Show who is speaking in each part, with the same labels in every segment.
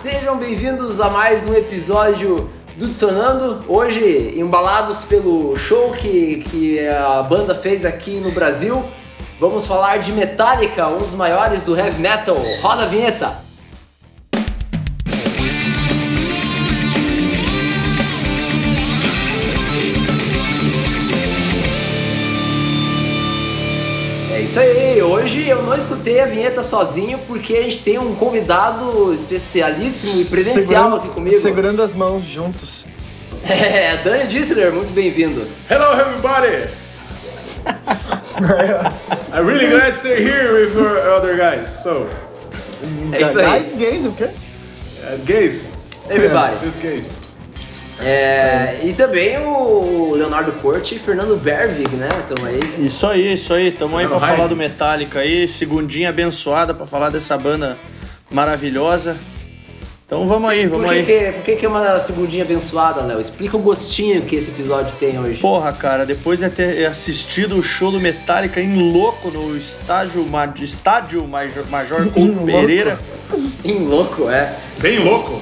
Speaker 1: Sejam bem-vindos a mais um episódio do Dicionando. Hoje, embalados pelo show que, que a banda fez aqui no Brasil, vamos falar de Metallica, um dos maiores do heavy metal. Roda a vinheta! É isso aí, hoje eu não escutei a vinheta sozinho porque a gente tem um convidado especialíssimo e presencial
Speaker 2: Segurando-
Speaker 1: aqui comigo.
Speaker 2: Segurando as mãos juntos.
Speaker 1: É, Dani Dissler, muito bem-vindo.
Speaker 3: Hello, everybody. I'm really glad to stay here with your other guys. So,
Speaker 1: É isso aí.
Speaker 2: Guys, gays, o quê?
Speaker 3: uh, gays,
Speaker 1: Everybody.
Speaker 3: this gays.
Speaker 1: É, e também o Leonardo Corte e Fernando Bervig, né? Estão aí.
Speaker 4: Isso aí, isso aí. Tamo aí pra
Speaker 3: Vai.
Speaker 4: falar do Metallica aí. Segundinha abençoada pra falar dessa banda maravilhosa. Então vamos aí,
Speaker 1: por
Speaker 4: vamos
Speaker 1: que,
Speaker 4: aí.
Speaker 1: que- por que, que é uma segundinha abençoada, Léo? Explica o gostinho que esse episódio tem hoje.
Speaker 4: Porra, cara, depois de ter assistido o show do Metallica em louco no estádio, Ma- estádio Major, Major Couto
Speaker 2: louco.
Speaker 4: Pereira,
Speaker 1: Em louco, é.
Speaker 3: Bem louco.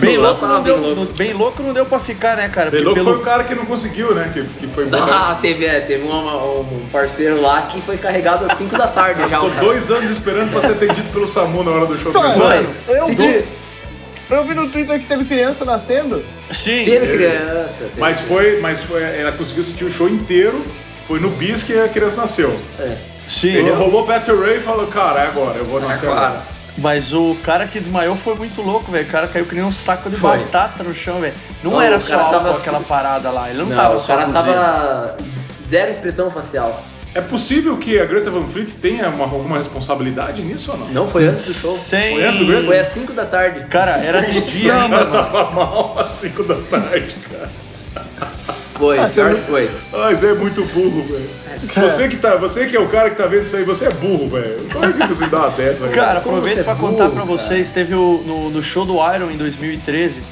Speaker 4: bem
Speaker 1: Lá
Speaker 4: louco,
Speaker 1: tava
Speaker 4: não
Speaker 1: bem
Speaker 4: deu,
Speaker 1: louco.
Speaker 4: no- bem louco não deu pra ficar, né, cara?
Speaker 3: Bem louco
Speaker 4: Porque pelo-
Speaker 3: foi o cara que não conseguiu, né? Que, que foi embora.
Speaker 1: Ah, teve, é, teve uma- um parceiro lá que foi carregado às 5 da
Speaker 4: Ah,
Speaker 1: tarde já, o
Speaker 3: Ficou
Speaker 1: cara.
Speaker 3: dois anos esperando pra ser atendido pelo SAMU na hora do show.
Speaker 2: Mano,
Speaker 4: Mano,
Speaker 2: eu,
Speaker 1: Se
Speaker 2: vi,
Speaker 1: te-
Speaker 2: eu vi no Twitter que teve criança nascendo.
Speaker 4: Sim,
Speaker 1: teve criança. Teve...
Speaker 3: Mas foi, mas foi, ela conseguiu assistir o show inteiro. Foi no bis que a criança nasceu.
Speaker 1: É.
Speaker 4: sim.
Speaker 3: Ele rolou Battle Ray e falou, cara, é agora, eu
Speaker 4: Tá
Speaker 3: vou
Speaker 1: Ah,
Speaker 3: nascer
Speaker 1: claro.
Speaker 3: agora.
Speaker 4: Mas o cara que desmaiou foi muito louco, velho. O cara caiu que nem um saco de
Speaker 1: Foi.
Speaker 4: batata no chão, velho. Não
Speaker 1: Não,
Speaker 4: era
Speaker 1: o
Speaker 4: só
Speaker 1: cara tava
Speaker 4: álcool,
Speaker 1: assim-
Speaker 4: aquela parada lá. Ele não,
Speaker 1: Não,
Speaker 4: tava
Speaker 1: Tá, o
Speaker 4: só
Speaker 1: cara
Speaker 4: cozido.
Speaker 1: tava zero expressão facial.
Speaker 3: É possível que a Greta Van Fleet tenha uma, alguma responsabilidade nisso ou não?
Speaker 1: Não foi antes do show.
Speaker 3: Foi essa do
Speaker 4: Sem...
Speaker 3: Greta?
Speaker 1: Foi às 5 da tarde.
Speaker 4: Cara, era de dia
Speaker 2: Não,
Speaker 4: ainda,
Speaker 3: Ela
Speaker 4: mano.
Speaker 3: tava mal às 5 da tarde, cara.
Speaker 1: Foi,
Speaker 2: Ah, você
Speaker 1: pior
Speaker 2: não-
Speaker 1: que foi.
Speaker 3: Ah, você é muito burro, velho. Você que, tá, você que é o cara que tá vendo isso aí, você é burro, velho. Como é que você dá uma dessa, velho?
Speaker 4: Cara,
Speaker 1: Como
Speaker 4: aproveito
Speaker 1: você é
Speaker 4: pra
Speaker 1: burro,
Speaker 4: contar pra
Speaker 1: cara.
Speaker 4: vocês. Teve o, no, no show do Iron em 2013.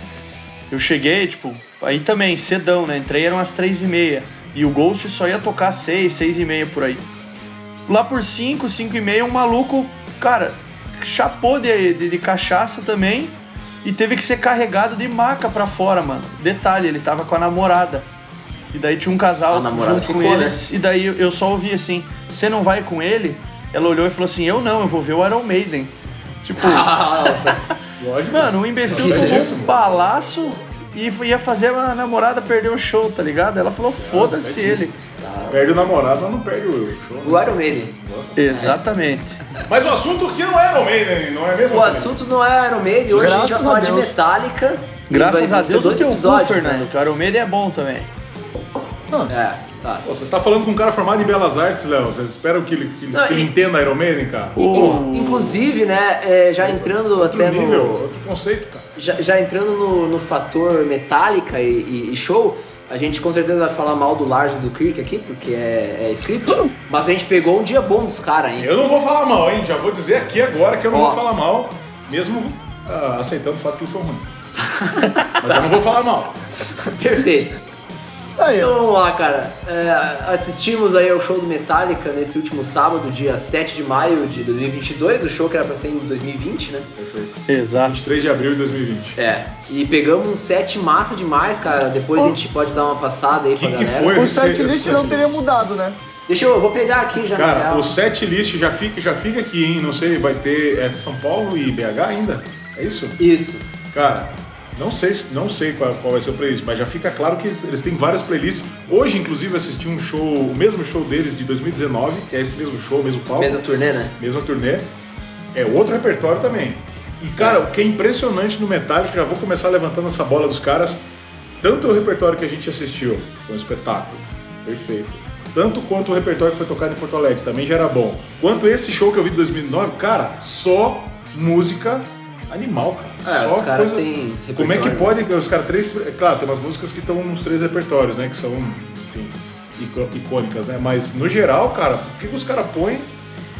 Speaker 4: Eu cheguei, tipo, aí também, cedão, né? Entrei, eram as três e meia. E o Ghost só ia tocar seis, seis e meia por aí. Lá por cinco, cinco e meia, um maluco, cara, chapou de, de, de cachaça também. E teve que ser carregado de maca pra fora, mano. Detalhe, ele tava com a namorada. E daí tinha um
Speaker 1: A
Speaker 4: casal
Speaker 1: namorada
Speaker 4: junto com
Speaker 1: ficou, né?
Speaker 4: eles. E daí eu só ouvi assim: você não vai com ele? Ela olhou e falou assim: eu não, eu vou ver o Iron Maiden. Tipo,
Speaker 1: Nossa.
Speaker 3: Lógico.
Speaker 4: mano, um imbecil
Speaker 3: Nossa, é
Speaker 4: tomou
Speaker 3: disso,
Speaker 4: um
Speaker 3: mano.
Speaker 4: balaço e f- ia fazer a namorada perder o show, tá ligado? Ela falou: foda-se ele.
Speaker 3: Perde o namorado, mas não perde o show. né?
Speaker 1: O Iron Maiden.
Speaker 4: Exatamente.
Speaker 3: Mas o assunto aqui não é Iron Maiden, não é mesmo?
Speaker 1: O
Speaker 3: Felipe?
Speaker 1: assunto não é Iron Maiden, hoje a gente vai
Speaker 2: Graças
Speaker 1: falar
Speaker 2: a
Speaker 1: de
Speaker 2: Deus.
Speaker 1: Metallica. E
Speaker 4: Graças
Speaker 1: vai
Speaker 4: a Deus um
Speaker 1: ser
Speaker 4: o
Speaker 1: dois
Speaker 4: teu cu,
Speaker 1: episódios,
Speaker 4: Fernando.
Speaker 1: né?
Speaker 4: Que o Iron Maiden é bom também.
Speaker 1: É, tá.
Speaker 3: Pô, Você tá falando com um cara formado em Belas Artes, Léo. Você espera que ele, que ele-
Speaker 1: Não,
Speaker 3: que ele
Speaker 1: e-
Speaker 3: entenda Iron Maiden, cara?
Speaker 4: O-
Speaker 1: Inclusive, né, é, já entrando até
Speaker 3: Oh. Outro nível,
Speaker 1: no.
Speaker 3: outro conceito, cara.
Speaker 1: Já, já entrando no, no fator Metallica e, e- e show, a gente com certeza vai falar mal do Lars e do Kirk aqui, porque é, é script. Mas a gente pegou um dia bom dos caras, hein?
Speaker 3: Eu não vou falar mal, hein? Já vou dizer aqui agora que eu não
Speaker 1: Ó.
Speaker 3: vou falar mal, mesmo ah, aceitando o fato que eles são ruins. Mas eu não vou falar mal.
Speaker 1: Perfeito.
Speaker 2: Aí,
Speaker 1: Então
Speaker 2: ó.
Speaker 1: vamos lá, cara. É, assistimos aí ao show do Metallica nesse último sábado, dia 7 de maio de 2022, o show que era pra ser em 2020, né?
Speaker 3: Perfeito.
Speaker 4: Exato.
Speaker 3: 23 de abril de 2020.
Speaker 1: É, e pegamos um set massa demais, cara. Depois a gente pode dar uma passada aí
Speaker 3: Que
Speaker 1: pra
Speaker 3: que
Speaker 1: galera.
Speaker 3: foi?
Speaker 2: o
Speaker 3: esse-
Speaker 2: setlist
Speaker 3: esse
Speaker 2: não
Speaker 3: setlist.
Speaker 2: teria mudado, né?
Speaker 1: Deixa eu, eu vou pegar aqui já. na
Speaker 3: Cara,
Speaker 1: real.
Speaker 3: o set list já fica, já fica aqui, hein? Não sei, vai ter é de São Paulo e BH ainda? É isso?
Speaker 1: Isso.
Speaker 3: Cara, não sei, se- não sei qual, qual vai ser o playlist, mas já fica claro que eles, eles têm várias playlists. Hoje, inclusive, eu assisti um show, o mesmo show deles de 2019, que é esse mesmo show, mesmo palco,
Speaker 1: Mesma turnê, né?
Speaker 3: mesma turnê. É outro repertório também. E, cara, o que é impressionante no Metallica, já vou começar levantando essa bola dos caras, tanto o repertório que a gente assistiu, foi um espetáculo, perfeito. Tanto quanto o repertório que foi tocado em Porto Alegre, também já era bom. Quanto esse show que eu vi de 2009, cara, só música animal, cara.
Speaker 1: É,
Speaker 3: só
Speaker 1: os caras têm
Speaker 3: Como é que
Speaker 1: repertório,
Speaker 3: pode, os caras, três... é Claro, tem umas músicas que estão nos três repertórios, né, que são, enfim, icô- icônicas, né? Mas, no geral, cara, o que, que os caras põem?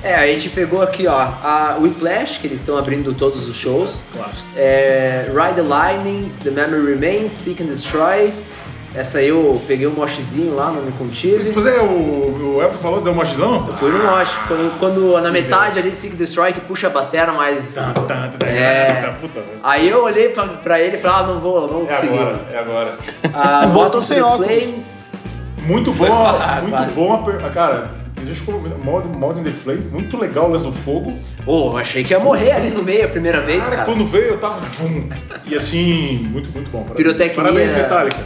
Speaker 1: É, a gente pegou aqui, ó, a Whiplash, que eles estão abrindo todos os shows.
Speaker 3: Clássico.
Speaker 1: É, Ride the Lightning, The Memory Remains, Seek and Destroy, Essa aí eu peguei um mochezinho lá, não me contive.
Speaker 3: Pois é, o, o Everton falou, você deu uma gizão?
Speaker 1: Fui no moche. Quando, quando na metade ali de Seek Destroy que puxa a batera, mas. É.
Speaker 3: Puta, velho.
Speaker 1: Aí eu olhei pra, pra ele e falei, ah, não vou, não vou
Speaker 3: É
Speaker 1: conseguir.
Speaker 3: agora, é agora.
Speaker 1: Ah, Bottom
Speaker 2: Voltou
Speaker 1: to
Speaker 2: sem
Speaker 1: the
Speaker 2: óculos.
Speaker 1: Flames.
Speaker 3: Muito bom,
Speaker 1: Quase.
Speaker 3: muito bom. a per- Cara, deixa eu colocar modo, modo in the Flame, muito legal o Lance do Fogo.
Speaker 1: Ô, eu achei que ia morrer ali no meio a primeira vez,
Speaker 3: Cara,
Speaker 1: cara.
Speaker 3: quando veio eu tava. vum. E assim, muito, muito bom. Parabéns.
Speaker 1: Pirotecnia.
Speaker 3: Parabéns, Metallica.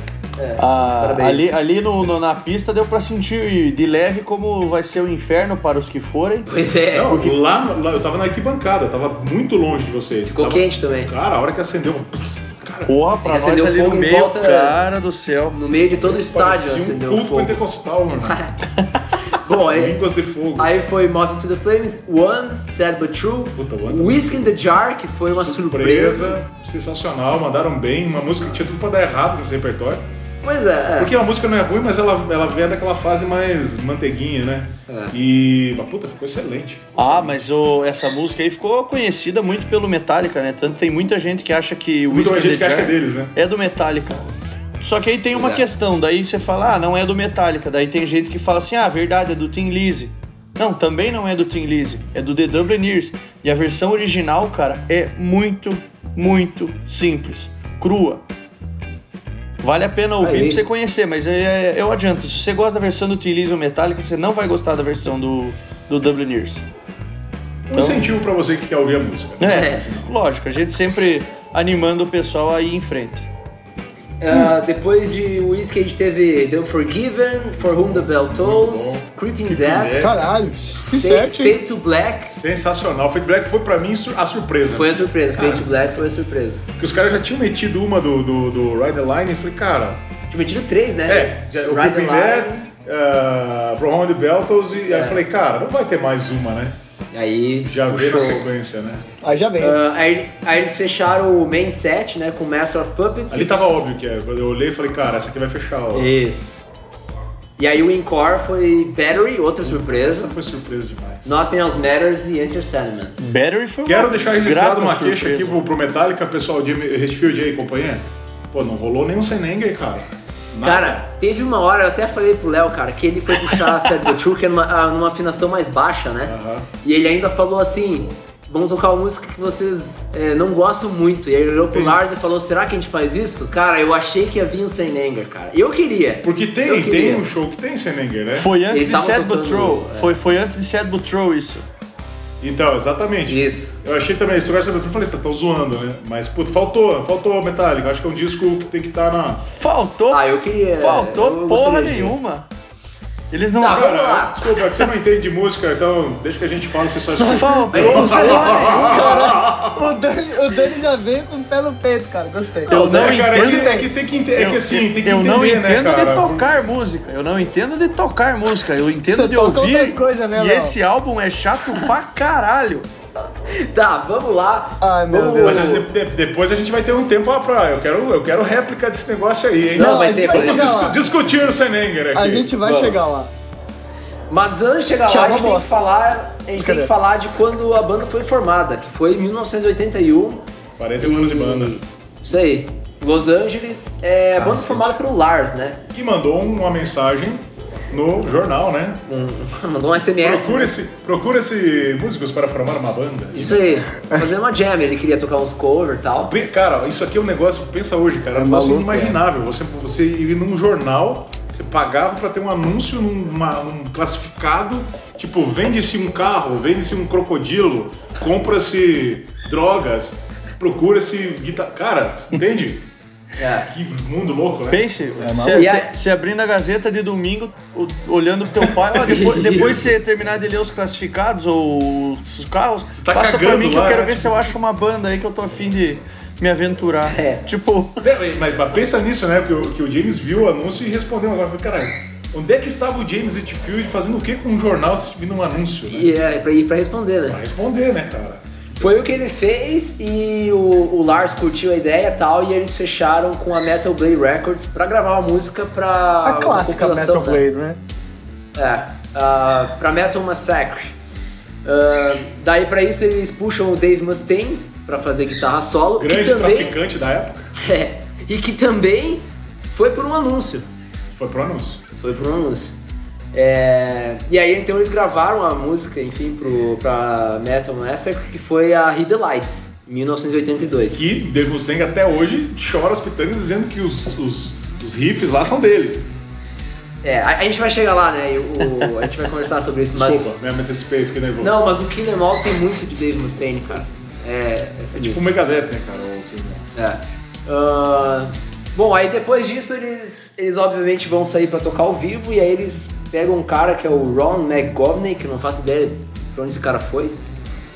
Speaker 4: Ah,
Speaker 1: Parabéns.
Speaker 4: ali ali no, no- na pista deu pra sentir de leve como vai ser o inferno para os que forem.
Speaker 1: Pois é,
Speaker 3: Não, lá, no- lá eu tava na arquibancada, eu tava muito longe de vocês.
Speaker 1: ficou
Speaker 3: Tava-
Speaker 1: quente também.
Speaker 3: Cara, a hora que acendeu. Cara,
Speaker 4: Porra, pra nós
Speaker 1: Acendeu
Speaker 4: ali
Speaker 1: fogo
Speaker 4: no
Speaker 1: em
Speaker 4: meio,
Speaker 1: volta- né?
Speaker 4: cara do céu.
Speaker 1: No meio de todo o estádio
Speaker 3: parecia um
Speaker 1: acendeu o
Speaker 3: culto
Speaker 1: fogo.
Speaker 3: pentecostal, mano.
Speaker 1: Bom, aí,
Speaker 3: Línguas de fogo.
Speaker 1: aí foi Moth to the Flames, One, Sad But True,
Speaker 3: Puta, One-
Speaker 1: Whisk in the Jar, que foi uma surpresa.
Speaker 3: Surpresa, sensacional, mandaram bem. Uma música que tinha tudo pra dar errado nesse repertório.
Speaker 1: Pois é, é.
Speaker 3: Porque a música não é ruim, mas ela, ela vem daquela fase mais manteiguinha, né?
Speaker 1: É.
Speaker 3: E. Mas puta, ficou excelente.
Speaker 4: Ah, mas o- essa música aí ficou conhecida muito pelo Metallica, né? Tanto tem muita gente que acha que o
Speaker 3: Muita
Speaker 4: Whiskey
Speaker 3: gente que acha que é
Speaker 4: dele.
Speaker 3: deles, né?
Speaker 4: é do Metallica. Só que aí tem uma
Speaker 1: Exato.
Speaker 4: questão, daí você fala, ah, não é do Metallica. Daí tem gente que fala assim, ah, verdade, é do Tim Lizzy. Não, também não é do Tim Lizzy, é do The Dubliners. E a versão original, cara, é muito, muito simples, crua. Vale a pena ouvir
Speaker 1: Aí.
Speaker 4: pra você conhecer, mas é- eu adianto, se você gosta da versão do Tim Lizzy ou Metallica, você não vai gostar da versão do, do Dubliners.
Speaker 3: Um incentivo pra você que quer ouvir a música.
Speaker 1: É.
Speaker 4: É, lógico, a gente sempre animando o pessoal a ir em frente.
Speaker 1: Ah, depois de Whiskey a gente teve The Unforgiven, For Whom the Bell Tolls,
Speaker 3: Muito bom.
Speaker 1: Creeping
Speaker 3: Creeping
Speaker 1: Death,
Speaker 3: Death.
Speaker 2: Caralho, que
Speaker 1: Fade,
Speaker 2: certo, hein?
Speaker 1: Fade to Black.
Speaker 3: Sensacional. Fade Black foi pra mim sur- a surpresa.
Speaker 1: Foi a surpresa, Fade to Black foi a surpresa.
Speaker 3: Porque os caras já tinham metido uma do, do, do Ride the Line e falei, cara.
Speaker 1: Tinha metido três, né?
Speaker 3: É, já, o
Speaker 1: Ride the Line.
Speaker 3: Creeping
Speaker 1: É.
Speaker 3: Dead, uh, From Home the Beltles, e aí eu falei, cara, não vai ter mais uma, né?
Speaker 1: Aí
Speaker 3: Já veio na
Speaker 1: puxou.
Speaker 3: sequência, né?
Speaker 2: Aí já vem.
Speaker 1: Ah, aí, aí eles fecharam o main set, né, com Master of Puppets.
Speaker 3: Ali tava óbvio que é. Quando eu olhei, eu falei, cara, essa aqui vai fechar, ó.
Speaker 1: Isso. E aí o encore foi Battery, outra
Speaker 3: Essa
Speaker 1: surpresa.
Speaker 3: foi surpresa demais.
Speaker 1: Nothing Else Matters e Enter Sandman.
Speaker 4: Battery foi uma
Speaker 3: Quero deixar registrado
Speaker 4: grata
Speaker 3: uma queixa aqui
Speaker 4: surpresa.
Speaker 3: pro, pro Metallica, pessoal, Jimmy Redfield aí, companhia. Pô, não rolou nenhum Senenger, cara. Nada.
Speaker 1: Cara, teve uma hora, eu até falei pro Léo, cara, que ele foi puxar a Sad But True, que é numa, ah, numa afinação mais baixa, né?
Speaker 3: Aham.
Speaker 1: E ele ainda falou assim, vamos tocar uma música que vocês eh, não gostam muito. E aí ele olhou pro
Speaker 3: Isso.
Speaker 1: Lars e falou, será que a gente faz isso? Cara, eu achei que ia vir um Saint Anger, cara. Eu queria.
Speaker 3: Porque
Speaker 1: Eu
Speaker 3: tem,
Speaker 1: queria.
Speaker 3: tem um show que tem Senenger, né?
Speaker 4: Foi antes
Speaker 1: Eles
Speaker 4: de
Speaker 1: estavam
Speaker 4: Sad But
Speaker 1: tocando,
Speaker 4: True.
Speaker 1: é.
Speaker 4: Foi, foi antes de Sad But True isso.
Speaker 3: Então, exatamente.
Speaker 1: Isso.
Speaker 3: Eu achei também, esse lugar eu falei, você tá zoando, né? Mas, puto, faltou, faltou Metallica. Acho que é um disco que tem que estar na.
Speaker 4: Faltou.
Speaker 1: Ah, eu queria.
Speaker 4: faltou
Speaker 1: eu
Speaker 4: porra
Speaker 1: gostaria de ver.
Speaker 4: nenhuma. Eles não.
Speaker 1: Tá, vamos
Speaker 3: Cara,
Speaker 1: lá.
Speaker 3: desculpa, é que você não entende de música, então deixa que a gente fala, você só escuta.
Speaker 4: faltou porra nenhuma.
Speaker 2: O Dani, o Dani já veio com o pé no peito, cara. Gostei.
Speaker 4: Eu não
Speaker 3: é, cara, é que,
Speaker 4: entendo.
Speaker 3: é que tem que entender. É que assim, tem que
Speaker 4: eu
Speaker 3: entender,
Speaker 4: não entendo
Speaker 3: né, cara?
Speaker 4: de tocar música. Eu não entendo de tocar música. Eu entendo
Speaker 2: Você
Speaker 4: de
Speaker 2: toca
Speaker 4: ouvir.
Speaker 2: outras coisas, né,
Speaker 4: e
Speaker 2: Léo?
Speaker 4: esse álbum é chato pra caralho.
Speaker 1: Tá, vamos lá.
Speaker 2: Ai, Ah, meu
Speaker 1: Vamos-
Speaker 2: Deus.
Speaker 3: Mas de- de- depois a gente vai ter um tempo pra- pra. Eu quero, eu quero réplica desse negócio aí, hein?
Speaker 1: Não, vai
Speaker 2: a gente
Speaker 1: ter, vai
Speaker 2: vai
Speaker 1: ter.
Speaker 2: chegar
Speaker 3: Discu-
Speaker 2: lá.
Speaker 3: discutir o Senenger aqui.
Speaker 2: A gente vai
Speaker 1: Vamos.
Speaker 2: chegar lá.
Speaker 1: Mas antes de chegar
Speaker 2: Tchau,
Speaker 1: lá, a gente tem
Speaker 2: bosta.
Speaker 1: que falar, a gente tem
Speaker 2: Cadê?
Speaker 1: que falar de quando a banda foi formada, que foi em 1981.
Speaker 3: 41 anos de
Speaker 1: E-
Speaker 3: banda.
Speaker 1: Isso aí. Los Angeles, é
Speaker 2: Ah,
Speaker 1: a banda formada pelo Lars, né?
Speaker 3: Que mandou um, uma mensagem no jornal, né?
Speaker 1: Um- mandou um SMS. né?
Speaker 3: Procura-se procura -se músicos para formar uma banda.
Speaker 1: Isso aí. Fazendo uma jam, ele queria tocar uns cover e tal.
Speaker 3: Pe- Cara, isso aqui é um negócio, pensa hoje, cara, é um
Speaker 2: É
Speaker 3: negócio
Speaker 2: maluco,
Speaker 3: inimaginável. Você, você ir num jornal, você pagava pra ter um anúncio num uma- num classificado, tipo, vende-se um carro, vende-se um crocodilo, compra-se drogas, procura-se guitarra. Cara, entende?
Speaker 1: É.
Speaker 3: Que mundo louco, né?
Speaker 4: Pense, se,
Speaker 1: maluco.
Speaker 4: se- se abrindo a gazeta de domingo, o- olhando pro teu pai, ó,
Speaker 1: Isso.
Speaker 4: depois, depois você terminar de ler os classificados ou os carros,
Speaker 3: tá
Speaker 4: passa pra
Speaker 3: cagando
Speaker 4: mim que
Speaker 3: lá,
Speaker 4: eu quero
Speaker 3: né?
Speaker 4: ver se eu acho uma banda aí que eu tô afim de me aventurar.
Speaker 1: É.
Speaker 4: Tipo,
Speaker 3: Mas, mas- mas pensa nisso, né? Que o, que o James viu o anúncio e respondeu agora. Eu Falei, caralho, onde é que estava o James Hetfield fazendo o que com um jornal se vindo um anúncio? Né?
Speaker 1: E é pra ir pra responder, né?
Speaker 3: Pra responder, né, cara?
Speaker 1: Foi o que ele fez e o, o Lars curtiu a ideia e tal, e eles fecharam com a Metal Blade Records pra gravar uma música pra.
Speaker 2: A
Speaker 1: Ah, uma
Speaker 2: clássica
Speaker 1: compilação,
Speaker 2: Metal
Speaker 1: né?
Speaker 2: Blade, né?
Speaker 1: É, ah, pra Metal Massacre. Ah, daí pra isso eles puxam o Dave Mustaine pra fazer guitarra solo.
Speaker 3: Grande
Speaker 1: que também,
Speaker 3: traficante da época.
Speaker 1: É, e que também Foi por um anúncio.
Speaker 3: Foi pro anúncio.
Speaker 1: Foi por um anúncio. É, e aí então eles gravaram a música, enfim, pro, pra Metal Massacre, que foi a Hit the Lights, em 1982.
Speaker 3: Que Dave Mustang até hoje chora as pitangas dizendo que os, os, os riffs lá são dele.
Speaker 1: É, a, a gente vai chegar lá, né? e o- o- a gente vai conversar sobre isso, mas.
Speaker 3: Desculpa, né? me antecipei, fiquei nervoso.
Speaker 1: Não, mas o Killer Mall tem muito de Dave Mustaine, cara. É, é sinistro.
Speaker 3: Tipo o Megadeth, né, cara? O que-
Speaker 1: É. Ah, bom, aí depois disso eles, eles obviamente vão sair pra tocar ao vivo e aí eles pegam um cara que é o Ron McGovney, que eu não faço ideia pra onde esse cara foi.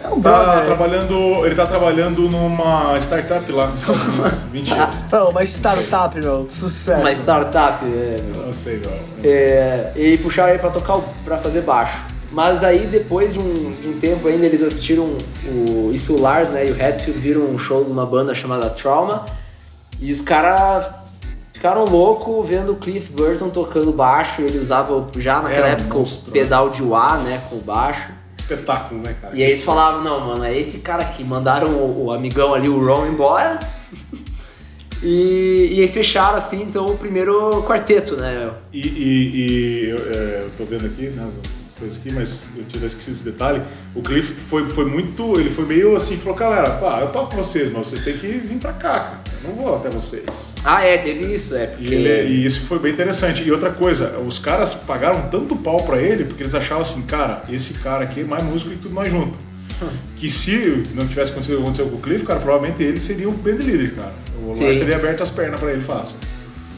Speaker 2: É um
Speaker 3: Tá
Speaker 2: brother.
Speaker 3: trabalhando, ele tá trabalhando numa startup lá nos Estados Unidos. Mentira.
Speaker 2: Não, uma startup, meu. Sucesso.
Speaker 1: Uma startup, é, meu.
Speaker 3: Não sei, um não. Não sei.
Speaker 1: É, e puxaram ele pra tocar, o- pra fazer baixo. Mas aí depois de um, de um tempo ainda eles assistiram o, isso o Lars né, e o Hatfield viram um show de uma banda chamada Trauma e os caras ficaram loucos vendo o Cliff Burton tocando baixo. Ele usava já naquela
Speaker 3: Era um
Speaker 1: época
Speaker 3: monstro,
Speaker 1: o
Speaker 3: né?
Speaker 1: pedal de wah né, com o baixo.
Speaker 3: Espetáculo, né, cara?
Speaker 1: E aí eles falavam, não, mano, é esse cara aqui. Mandaram o, o amigão ali, o Ron, embora. e, e aí fecharam, assim, então o primeiro quarteto, né?
Speaker 3: E, e- e eu, é, eu tô vendo aqui, né, as, as coisas aqui, mas eu tinha esquecido esse detalhe. O Cliff foi, foi muito. Ele foi meio assim, falou, galera, pá, eu toco com vocês, mas vocês têm que vir pra cá, cara. Eu não vou até vocês.
Speaker 1: Ah, é, teve isso, é. Porque...
Speaker 3: E, ele- e isso foi bem interessante. E outra coisa, os caras pagaram tanto pau pra ele, porque eles achavam assim, cara, esse cara aqui é mais músico que tudo mais junto. Que se não tivesse acontecido o que aconteceu com o Cliff, cara, provavelmente ele seria o band leader, cara. O
Speaker 1: Sim.
Speaker 3: Lars teria aberto as pernas pra ele fácil.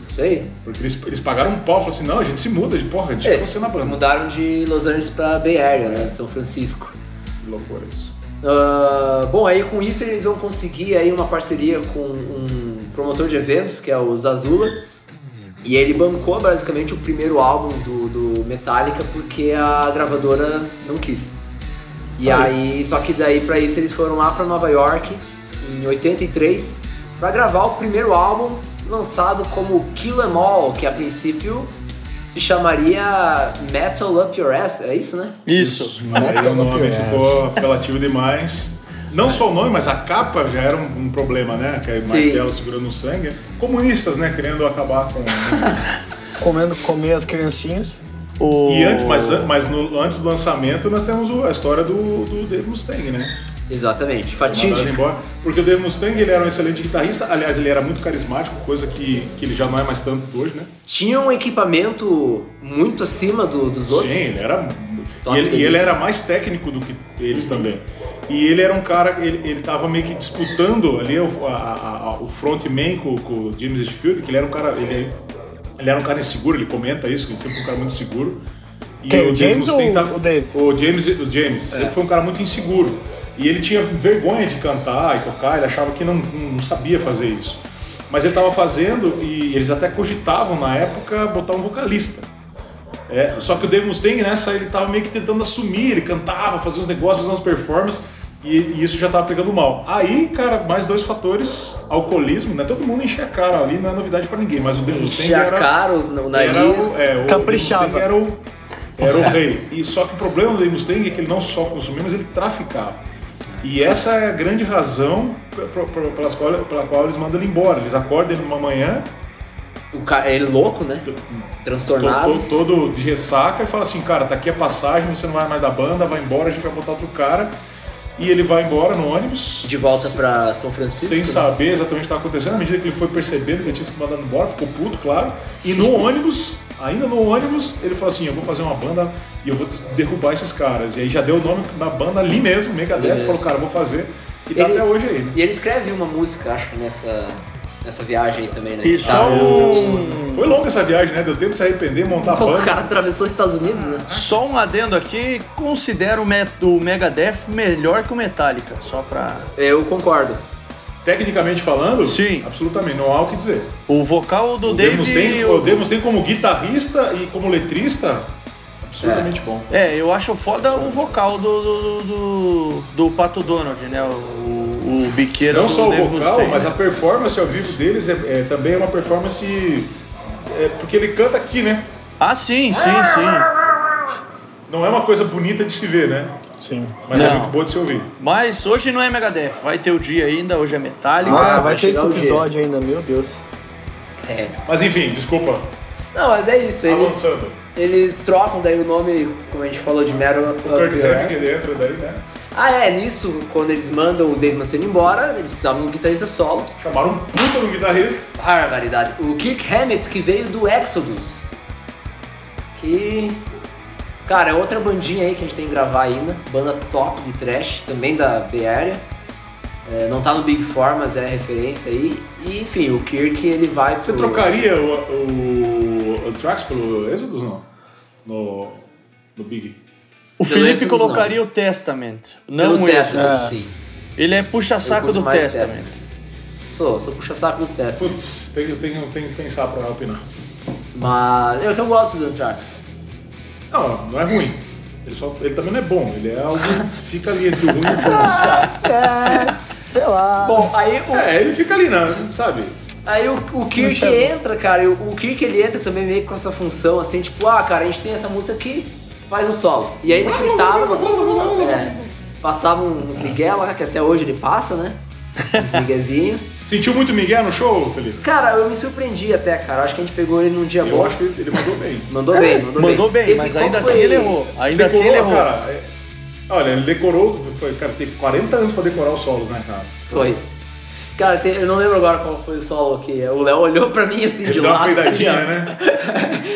Speaker 1: Isso aí.
Speaker 3: Porque eles, eles pagaram um pau, falaram assim, não, a gente se muda, de porra, a gente quer
Speaker 1: Eles,
Speaker 3: você na
Speaker 1: eles
Speaker 3: banda.
Speaker 1: mudaram de Los Angeles pra Bay Area, né? De São Francisco.
Speaker 3: Que loucura isso.
Speaker 1: Ah, bom, aí com isso eles vão conseguir aí uma parceria com um promotor de eventos, que é o Zazula. E ele bancou basicamente o primeiro álbum do, do Metallica porque a gravadora não quis. E aí, só que daí pra isso eles foram lá pra Nova York em 83 pra gravar o primeiro álbum lançado como Kill 'Em All, que a princípio se chamaria Metal Up Your Ass, é isso, né?
Speaker 4: Isso.
Speaker 3: Mas aí
Speaker 2: Metal
Speaker 3: o nome
Speaker 2: Opera.
Speaker 3: ficou apelativo demais. Não só o nome, mas a capa já era um, um problema, né? Que é
Speaker 1: Sim.
Speaker 3: martelo segurando o sangue. Comunistas, né? Querendo acabar com...
Speaker 2: Comendo, comer as criancinhas.
Speaker 4: O...
Speaker 3: E antes, mas, an- mas no- antes do lançamento, nós temos o- a história do, do Dave Mustaine, né?
Speaker 1: Exatamente,
Speaker 3: Mandado
Speaker 1: fatídico.
Speaker 3: embora. Porque o Dave Mustaine, ele era um excelente guitarrista. Aliás, ele era muito carismático, coisa que, que ele já não é mais tanto hoje, né?
Speaker 1: tinha um equipamento muito acima do- dos outros.
Speaker 3: Sim, ele era.
Speaker 1: Top Uhum.
Speaker 3: E ele,
Speaker 1: dele.
Speaker 3: e ele era mais técnico do que eles também. E ele era um cara, ele, ele tava meio que disputando ali o, a- a- a- o frontman com, com o James Hetfield, que ele era um cara. Ele, ele era um cara inseguro, ele comenta isso, que ele sempre foi um cara muito seguro. E
Speaker 2: Quem, o
Speaker 3: Dave
Speaker 2: James
Speaker 3: Mustaine tá-
Speaker 2: ou o Dave?
Speaker 3: O James, o James
Speaker 1: É.
Speaker 3: sempre foi um cara muito inseguro. E ele tinha vergonha de cantar e tocar, ele achava que não, não sabia fazer isso. Mas ele tava fazendo e eles até cogitavam na época botar um vocalista. É, só que o Dave Mustaine nessa ele tava meio que tentando assumir, ele cantava, fazia uns negócios, fazia umas performances e, e isso já tava pegando mal. Aí, cara, mais dois fatores: alcoolismo, né? Todo mundo enchia a cara ali, não é novidade pra ninguém, mas o Dave Mustaine era.
Speaker 1: Enxacaram os- o nariz. É.
Speaker 3: era o, é, o
Speaker 2: Caprichava.
Speaker 3: Dave Mustaine era o, era o rei. E, só que o problema do Dave Mustaine é que ele não só consumia, mas ele traficava. E essa é a grande razão pe- pe- pe- pelas qual, pela qual eles mandam ele embora. Eles acordam ele numa manhã,
Speaker 1: O ca- ele louco, né?
Speaker 3: to-
Speaker 1: Transtornado.
Speaker 3: to- todo de ressaca e fala assim, cara, tá aqui a passagem, você não vai mais da banda, vai embora, a gente vai botar outro cara. E ele vai embora no ônibus,
Speaker 1: De né? volta pra São Francisco.
Speaker 3: sem saber exatamente o que estava acontecendo, à medida que ele foi percebendo que ele tinha sido mandado embora, ficou puto, claro. E no ônibus, ainda no ônibus, ele falou assim, eu vou fazer uma banda e eu vou des- derrubar esses caras. E aí já deu o nome na banda ali mesmo, Megadeth,
Speaker 1: Beleza.
Speaker 3: falou, cara, eu vou fazer. E tá
Speaker 1: Ele-
Speaker 3: até hoje aí, né?
Speaker 1: E ele escreve uma música, acho, nessa, nessa viagem aí também, né?
Speaker 4: E
Speaker 1: Que
Speaker 4: só um,
Speaker 1: Hum.
Speaker 3: Foi longa essa viagem, né? Deu tempo de se arrepender, montar a
Speaker 1: O
Speaker 3: banda.
Speaker 1: cara atravessou os Estados Unidos, né?
Speaker 4: Só um adendo aqui, considero o, Met- o Megadeth melhor que o Metallica, só pra...
Speaker 1: Eu concordo.
Speaker 3: Tecnicamente falando,
Speaker 4: Sim.
Speaker 3: absolutamente, não há o que dizer.
Speaker 4: O vocal do
Speaker 3: O
Speaker 4: Dave...
Speaker 3: Demos tem,
Speaker 4: eu-
Speaker 3: o Demos tem como guitarrista e como letrista absurdamente bom.
Speaker 4: É, eu acho foda o vocal do, do, do, do- do Pato Donald, né? O, o biqueiro
Speaker 3: Não
Speaker 4: do
Speaker 3: só o
Speaker 4: Dave
Speaker 3: vocal,
Speaker 4: Mustaine,
Speaker 3: mas a
Speaker 4: né?
Speaker 3: performance ao vivo deles é, é também é uma performance. é, porque ele canta aqui, né?
Speaker 4: Ah, sim, sim, sim.
Speaker 3: Não é uma coisa bonita de se ver, né?
Speaker 2: Sim.
Speaker 3: Mas é
Speaker 4: Não.
Speaker 3: muito boa de se ouvir.
Speaker 4: Mas hoje não é Megadeth, vai ter o dia ainda, hoje é Metallica.
Speaker 2: Nossa,
Speaker 1: Ah, vai
Speaker 2: vai ter esse
Speaker 1: chegar o dia.
Speaker 2: episódio ainda, meu Deus.
Speaker 1: É.
Speaker 3: Mas enfim, desculpa.
Speaker 1: Não, mas é isso. Eles,
Speaker 3: Avançando.
Speaker 1: eles trocam daí o nome, como a gente falou, de Metal Up
Speaker 3: O Kirk
Speaker 1: Your
Speaker 3: Hammett
Speaker 1: Ass.
Speaker 3: ele entra daí, né?
Speaker 1: Ah, é, nisso, quando eles mandam o Dave Mustaine embora, eles precisavam de um guitarrista solo.
Speaker 3: Chamaram um puta no guitarrista.
Speaker 1: Barbaridade. O Kirk Hammett, que veio do Exodus. Que. Cara, é outra bandinha aí que a gente tem que gravar ainda. Banda top de trash, também da Bay Area. É, não tá no Big Four, mas é referência aí. E, enfim, o Kirk ele vai.
Speaker 3: Você trocaria o, o, o Trax pelo Exodus, não? No, no Big.
Speaker 4: O
Speaker 1: The
Speaker 4: Felipe
Speaker 1: Lexus,
Speaker 4: colocaria o Testament. Não
Speaker 1: Pelo
Speaker 4: o
Speaker 1: Testament,
Speaker 4: Exodus.
Speaker 1: sim.
Speaker 4: Ele é puxa-saco
Speaker 1: Eu curto
Speaker 4: do
Speaker 1: mais
Speaker 4: Testament.
Speaker 1: Sou, sou puxa-saco do Testament.
Speaker 3: Putz, tem, que- tem, que- tem que pensar pra opinar.
Speaker 1: Mas eu que eu gosto do Anthrax.
Speaker 3: Não, não é ruim. Ele, só, ele também não é bom. Ele é algo que fica ali entre o ruim e o bom, sabe?
Speaker 2: Sei lá.
Speaker 1: Bom, aí o,
Speaker 3: É, ele fica ali, né? Sabe?
Speaker 1: Aí o, o Kirk
Speaker 2: chama.
Speaker 1: entra, cara, e o, o Kirk ele entra também meio que com essa função, assim, tipo, ah, cara, a gente tem essa música aqui, faz um solo. E aí ele fritava, é, passava uns Miguel, né, que até hoje ele passa, né? Uns Miguezinhos.
Speaker 3: Sentiu muito Miguel no show, Felipe?
Speaker 1: Cara, eu me surpreendi até, cara, acho que a gente pegou ele num dia
Speaker 3: Eu
Speaker 1: bom.
Speaker 3: acho que ele ele mandou bem.
Speaker 1: Mandou bem, mandou bem.
Speaker 4: É, Mandou bem,
Speaker 1: Teve-
Speaker 4: mas
Speaker 1: qual
Speaker 4: ainda
Speaker 1: foi-
Speaker 4: assim ele errou. Ainda
Speaker 3: decorou,
Speaker 4: assim ele errou.
Speaker 3: Cara, é- olha, ele decorou, foi, cara, teve 40 anos pra decorar os solos, né, cara?
Speaker 1: Foi. Cara, te- eu não lembro agora qual foi o solo que o Léo olhou pra mim assim de
Speaker 3: Ele deu uma
Speaker 1: lado. assim,
Speaker 3: peidadinha,
Speaker 1: ó.
Speaker 3: né?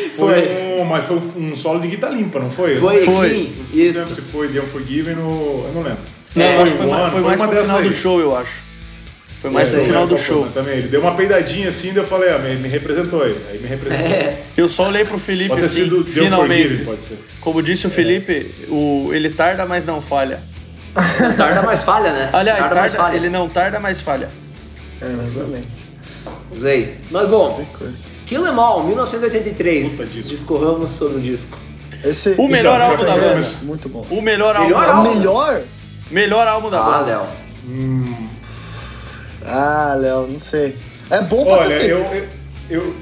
Speaker 1: Foi.
Speaker 3: Um, mas foi um solo de guitarra limpa, não foi?
Speaker 1: Foi,
Speaker 4: Foi.
Speaker 1: sim,
Speaker 3: Não lembro
Speaker 1: isso.
Speaker 3: se foi The Unforgiven ou... Eu não lembro.
Speaker 1: É,
Speaker 4: Eu acho que
Speaker 3: um
Speaker 4: foi mais,
Speaker 3: ano,
Speaker 4: foi mais pro
Speaker 3: dessas
Speaker 4: final
Speaker 3: aí.
Speaker 4: do show, eu acho. Foi mais
Speaker 1: Isso
Speaker 4: pro
Speaker 1: aí.
Speaker 4: final do
Speaker 3: Qual foi, né?
Speaker 4: show.
Speaker 3: mas Também. Ele deu uma peidadinha assim, daí eu falei, ah, me, me representou aí. Aí me representou.
Speaker 1: É,
Speaker 4: Eu só olhei pro Felipe
Speaker 3: Pode ter
Speaker 4: assim,
Speaker 3: sido The Unforgiven,
Speaker 4: finalmente.
Speaker 3: pode ser.
Speaker 4: Como disse o Felipe, o, ele tarda, mas não falha.
Speaker 1: tarda mais falha, né?
Speaker 4: Aliás,
Speaker 1: tarda
Speaker 4: tarda,
Speaker 1: mais falha.
Speaker 4: ele não tarda, mas falha.
Speaker 2: É, exatamente.
Speaker 1: Usei. Mas bom,
Speaker 2: Coisa.
Speaker 1: Kill Em All, 1983.
Speaker 3: Puta disco.
Speaker 1: Discorramos sobre o disco.
Speaker 2: Esse é
Speaker 4: O melhor
Speaker 3: já
Speaker 4: álbum da
Speaker 3: pegamos
Speaker 4: banda.
Speaker 3: esse.
Speaker 2: muito bom.
Speaker 4: O melhor álbum
Speaker 1: Melhor
Speaker 4: da
Speaker 2: É
Speaker 1: álbum?
Speaker 2: o
Speaker 4: banda.
Speaker 2: melhor?
Speaker 4: Melhor álbum da
Speaker 1: Ah,
Speaker 4: banda.
Speaker 1: Léo.
Speaker 2: Ah, Léo, não sei. É bom pra
Speaker 3: Olha,
Speaker 2: cacete.
Speaker 3: eu... eu, eu-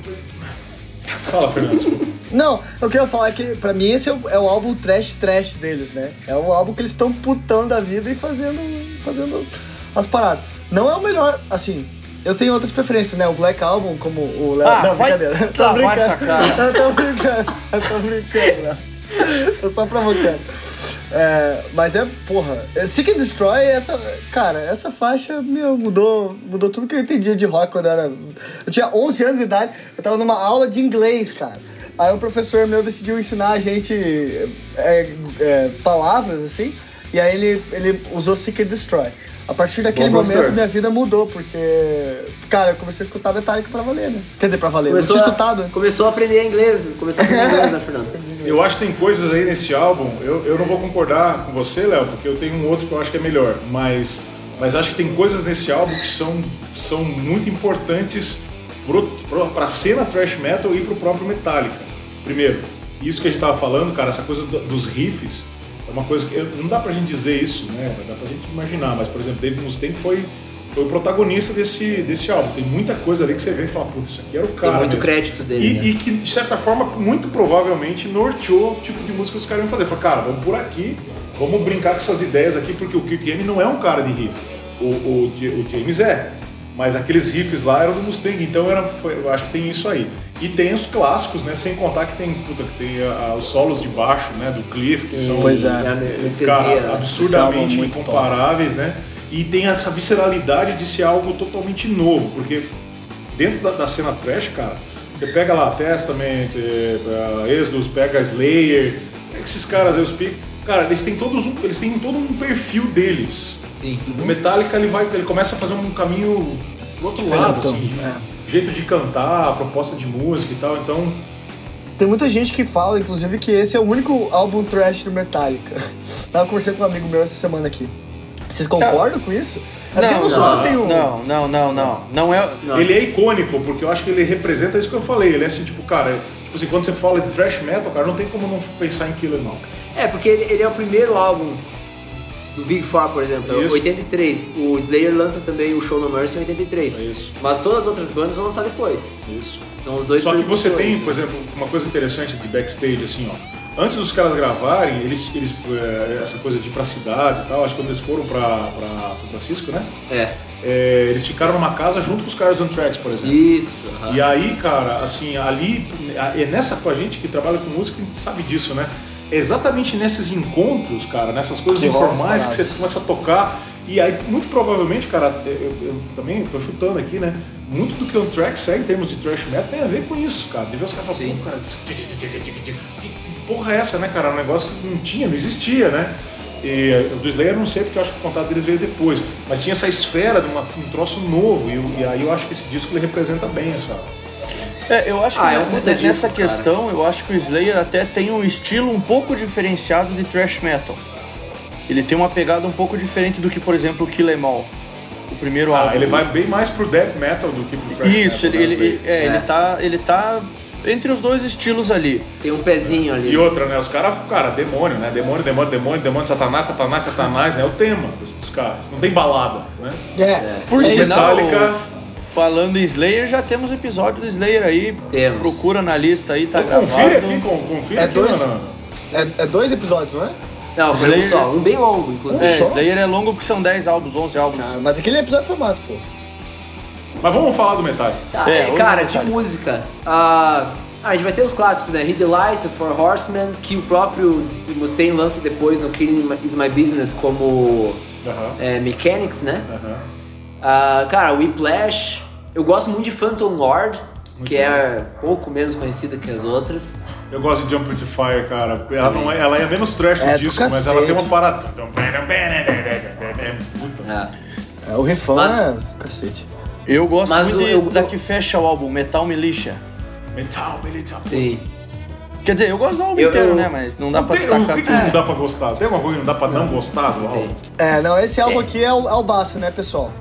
Speaker 3: Fala, Fernando, desculpa.
Speaker 2: Não, eu queria falar que pra mim esse é o, é o álbum trash trash deles, né? É o álbum que eles estão putão da vida e fazendo, fazendo as paradas. Não é o melhor, assim. Eu tenho outras preferências, né? O Black Album, como o Léo.
Speaker 4: Ah,
Speaker 2: não,
Speaker 4: vai
Speaker 2: brincadeira. Tô
Speaker 4: lavar
Speaker 2: brincando.
Speaker 4: essa cara.
Speaker 2: Eu tô brincando. Eu tô brincando, Léo. Tô só provocando. É, mas é, porra, é, Seek and Destroy, essa, cara, essa faixa, meu, mudou, mudou tudo que eu entendia de rock quando eu era... Eu tinha 11 anos de idade, eu tava numa aula de inglês, cara. Aí um professor meu decidiu ensinar a gente é, é, palavras, assim, e aí ele, ele usou Seek and Destroy. A partir daquele
Speaker 3: Bom
Speaker 2: momento,
Speaker 3: professor.
Speaker 2: minha vida mudou, porque, cara, eu comecei a escutar Metallica pra valer, né? Quer dizer, pra valer,
Speaker 1: Começou,
Speaker 2: eu não tinha escutado
Speaker 1: a,
Speaker 2: antes.
Speaker 1: começou a aprender inglês. Começou a aprender inglês, né, Fernando?
Speaker 3: Eu acho que tem coisas aí nesse álbum, eu, eu não vou concordar com você, Léo, porque eu tenho um outro que eu acho que é melhor, mas, mas acho que tem coisas nesse álbum que são, são muito importantes para a cena thrash metal e para o próprio Metallica. Primeiro, isso que a gente tava falando, cara, essa coisa do- dos riffs, é uma coisa que eu- não dá pra gente dizer isso, né? Mas dá pra gente imaginar, mas por exemplo, Dave Mustaine foi, foi o protagonista desse, desse álbum. Tem muita coisa ali que você vê e fala, puta, isso aqui era o cara.
Speaker 1: muito
Speaker 3: mesmo."
Speaker 1: crédito dele,
Speaker 3: E-
Speaker 1: né?
Speaker 3: e e que, de certa forma, muito provavelmente norteou o tipo de música que os caras iam fazer. Falaram, cara, vamos por aqui, vamos brincar com essas ideias aqui, porque o Kirk Game não é um cara de riff. O, o, o James é. Mas aqueles riffs lá eram do Mustang, então era, foi- eu acho que tem isso aí. E tem os clássicos, né? Sem contar que tem, puta, que tem ah, os solos de baixo, né? Do Cliff, que são um
Speaker 2: Pois é.
Speaker 1: E a anestesia,
Speaker 3: cara,
Speaker 1: né?
Speaker 2: Esse álbum é
Speaker 3: absurdamente
Speaker 2: muito
Speaker 3: incomparáveis, né? E tem essa visceralidade de ser algo totalmente novo, porque dentro da, da cena trash, cara, você pega lá Testament, eh, eh, Exodus, pega Slayer, pega esses caras aí, os pic, cara, eles têm todos um, eles têm todo um perfil deles.
Speaker 1: Sim.
Speaker 3: O Metallica ele vai, ele começa a fazer um caminho pro outro lado,
Speaker 2: Diferentão,
Speaker 3: assim, de-
Speaker 2: é.
Speaker 3: jeito de cantar, proposta de música e tal, então
Speaker 2: Tem muita gente que fala, inclusive, que esse é o único álbum trash do Metallica. Tava conversando com um amigo meu essa semana aqui. Vocês concordam com isso? É porque eu não sou
Speaker 4: não,
Speaker 2: assim o.
Speaker 4: não, não, não, não. Não é.
Speaker 1: Não.
Speaker 3: Ele é icônico, porque eu acho que ele representa isso que eu falei. Ele é assim, tipo, cara, tipo assim, quando você fala de thrash metal, cara, não tem como não pensar em Killer, não.
Speaker 1: É, porque ele, ele é o primeiro álbum do Big Four, por exemplo,
Speaker 3: Isso.
Speaker 1: 83. O Slayer lança também o Show No Mercy em 83.
Speaker 3: É isso.
Speaker 1: Mas todas as outras bandas vão lançar depois.
Speaker 3: Isso.
Speaker 1: São os dois
Speaker 3: Só que você
Speaker 1: precursores,
Speaker 3: tem,
Speaker 1: né?
Speaker 3: por exemplo, uma coisa interessante de backstage, assim, ó. Antes dos caras gravarem, eles, eles eh, essa coisa de ir pra cidade e tal, acho que quando eles foram pra, pra São Francisco, né?
Speaker 1: É.
Speaker 3: eh, eles ficaram numa casa junto com os caras on tracks, por exemplo.
Speaker 1: Isso. aham.
Speaker 3: E aí, cara, assim, ali, é nessa com a gente que trabalha com música, a gente sabe disso, né? É exatamente nesses encontros, cara, nessas coisas
Speaker 2: Que rola as
Speaker 3: informais que
Speaker 2: paradas.
Speaker 3: você começa a tocar. E aí, muito provavelmente, cara, eu, eu também tô chutando aqui, né? Muito do que o track é em termos de thrash metal tem a ver com isso, cara. De ver os caras falando,
Speaker 1: Sim.
Speaker 3: "Pô, cara, que porra é essa, né, cara? Um negócio que não tinha, não existia, né? E, eh, do Slayer eu não sei, porque eu acho que o contato deles veio depois. Mas tinha essa esfera de uma- um troço novo, e, eu- e aí eu acho que esse disco ele representa bem essa,
Speaker 4: É, eu acho que
Speaker 1: Ah, é um
Speaker 4: ne-
Speaker 1: puta disco,
Speaker 4: nessa
Speaker 1: cara.
Speaker 4: questão, eu acho que o Slayer até tem um estilo um pouco diferenciado de thrash metal. Ele tem uma pegada um pouco diferente do que, por exemplo, o Kill Em All, o primeiro álbum.
Speaker 3: Ah, ele vai bem mais pro death metal do que pro thrash
Speaker 4: Isso,
Speaker 3: metal.
Speaker 4: ele,
Speaker 3: né?
Speaker 4: ele, é,
Speaker 1: É.
Speaker 4: ele tá, ele tá entre os dois estilos ali.
Speaker 1: Tem um pezinho ali.
Speaker 3: E outra, né? Os caras, cara, demônio, né? Demônio, demônio, demônio, demônio, satanás, satanás, satanás, é o tema dos, dos caras. Não tem balada, né?
Speaker 2: É.
Speaker 4: Por
Speaker 2: É isso.
Speaker 4: sinal,
Speaker 3: Metallica.
Speaker 4: falando em Slayer, já temos episódio do Slayer aí.
Speaker 1: Temos.
Speaker 4: Procura na lista aí, tá
Speaker 3: Então, confira
Speaker 4: gravado.
Speaker 3: aqui, com, confira
Speaker 2: É
Speaker 3: aqui,
Speaker 2: dois?
Speaker 3: mano.
Speaker 2: É, é dois episódios, não é?
Speaker 1: Não, foi um
Speaker 4: Slayer-
Speaker 1: só. Um bem longo, inclusive.
Speaker 4: É,
Speaker 2: Só?
Speaker 4: Slayer é longo porque são 10 álbuns, 11 álbuns.
Speaker 2: Ah, mas aquele episódio foi massa, pô.
Speaker 3: Mas vamos falar do metal.
Speaker 1: Tá,
Speaker 4: É,
Speaker 1: é,
Speaker 4: hoje
Speaker 1: cara,
Speaker 4: eu vou
Speaker 1: de
Speaker 4: falar.
Speaker 1: música. Ah, a gente vai ter os clássicos, né? Hit the Light, The Four Horsemen, que o próprio Mustaine lança depois no Killing Is My Business como
Speaker 3: Aham.
Speaker 1: é, Mechanics, né?
Speaker 3: Aham.
Speaker 1: Ah, cara, Whiplash. Eu gosto muito de Phantom Lord, que é pouco menos conhecida que as outras.
Speaker 3: Eu gosto de Jump to Fire, cara. Ela, não é, ela é menos trash
Speaker 2: É,
Speaker 3: do
Speaker 2: do
Speaker 3: disco, mas ela tem
Speaker 2: cacete.
Speaker 3: uma parada. Puta.
Speaker 1: Ah,
Speaker 2: É, o refrão
Speaker 1: Mas-
Speaker 2: é cacete.
Speaker 4: Eu gosto
Speaker 1: Mas
Speaker 4: muito
Speaker 1: o-
Speaker 4: de-
Speaker 1: eu-
Speaker 4: da que fecha o álbum, Metal Militia.
Speaker 3: Metal, metal.
Speaker 1: sim.
Speaker 4: Quer dizer, eu gosto do álbum
Speaker 1: Eu-
Speaker 4: inteiro,
Speaker 1: eu-
Speaker 4: né? Mas não dá pra
Speaker 3: Tem, o
Speaker 4: destacar
Speaker 3: que, que
Speaker 4: tudo.
Speaker 3: não dá pra gostar? Tem alguma coisa que não dá pra não gostar do álbum?
Speaker 1: Tem.
Speaker 2: É, não, esse álbum aqui é o Albaço, né, pessoal?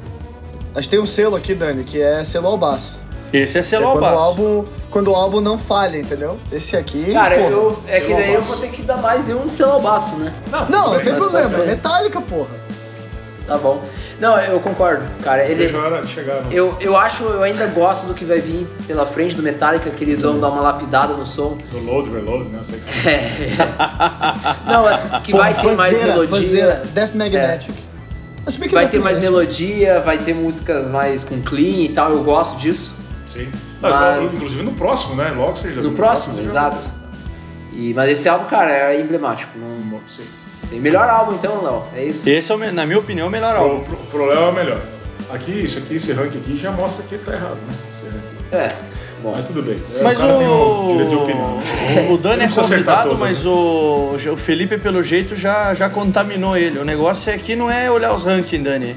Speaker 2: A gente tem um selo aqui, Dani, que é selo Albaço.
Speaker 4: Esse é
Speaker 2: É
Speaker 4: selo
Speaker 2: quando o
Speaker 4: álbum.
Speaker 2: álbum, quando o álbum não falha, entendeu? Esse aqui,
Speaker 1: Cara,
Speaker 2: porra.
Speaker 1: eu, é que daí eu
Speaker 3: selobaço.
Speaker 1: vou ter que dar mais de um selobaço, né?
Speaker 2: Não, não tem
Speaker 1: mas
Speaker 2: problema.
Speaker 1: pode ser.
Speaker 2: Metallica, porra.
Speaker 1: Tá bom. Não, eu concordo, cara. Ele,
Speaker 3: Vejo a hora de chegar no...
Speaker 1: Eu, eu acho, eu ainda gosto do que vai vir pela frente do Metallica, que eles vão dar uma lapidada no som.
Speaker 3: no load, reload, né? Não sei o que você...
Speaker 1: É. Não, assim, que vai ter mais
Speaker 2: fanzeira,
Speaker 1: melodia. É.
Speaker 2: fanzeira. Death Magnetic. Mas se bem que
Speaker 1: Vai
Speaker 2: Death
Speaker 1: ter mais
Speaker 2: Magnetic-
Speaker 1: melodia, vai ter músicas mais com clean e tal, eu gosto disso.
Speaker 3: Sim. Não,
Speaker 1: Mas-
Speaker 3: Inclusive no próximo, né? Logo seja. né?
Speaker 1: No próximo, exato. E, mas esse álbum, cara, é emblemático. Não... Tem melhor álbum então, Léo. É isso.
Speaker 4: Esse é, o me- na minha opinião, o melhor álbum.
Speaker 3: O pro, pro Léo é o melhor. Aqui, isso aqui, esse ranking aqui já mostra que ele tá errado, né? Esse ranking.
Speaker 1: É. Bom.
Speaker 3: Mas tudo bem. É,
Speaker 4: Mas
Speaker 3: o cara tem um
Speaker 4: o.
Speaker 3: direito de opinião. né?
Speaker 4: o- O
Speaker 3: Ele não
Speaker 4: Dani é
Speaker 3: precisa acertar
Speaker 4: convidado,
Speaker 3: todas, né?
Speaker 4: mas o, o Felipe, pelo jeito, já, já contaminou ele. O negócio é que não é olhar os rankings, Dani.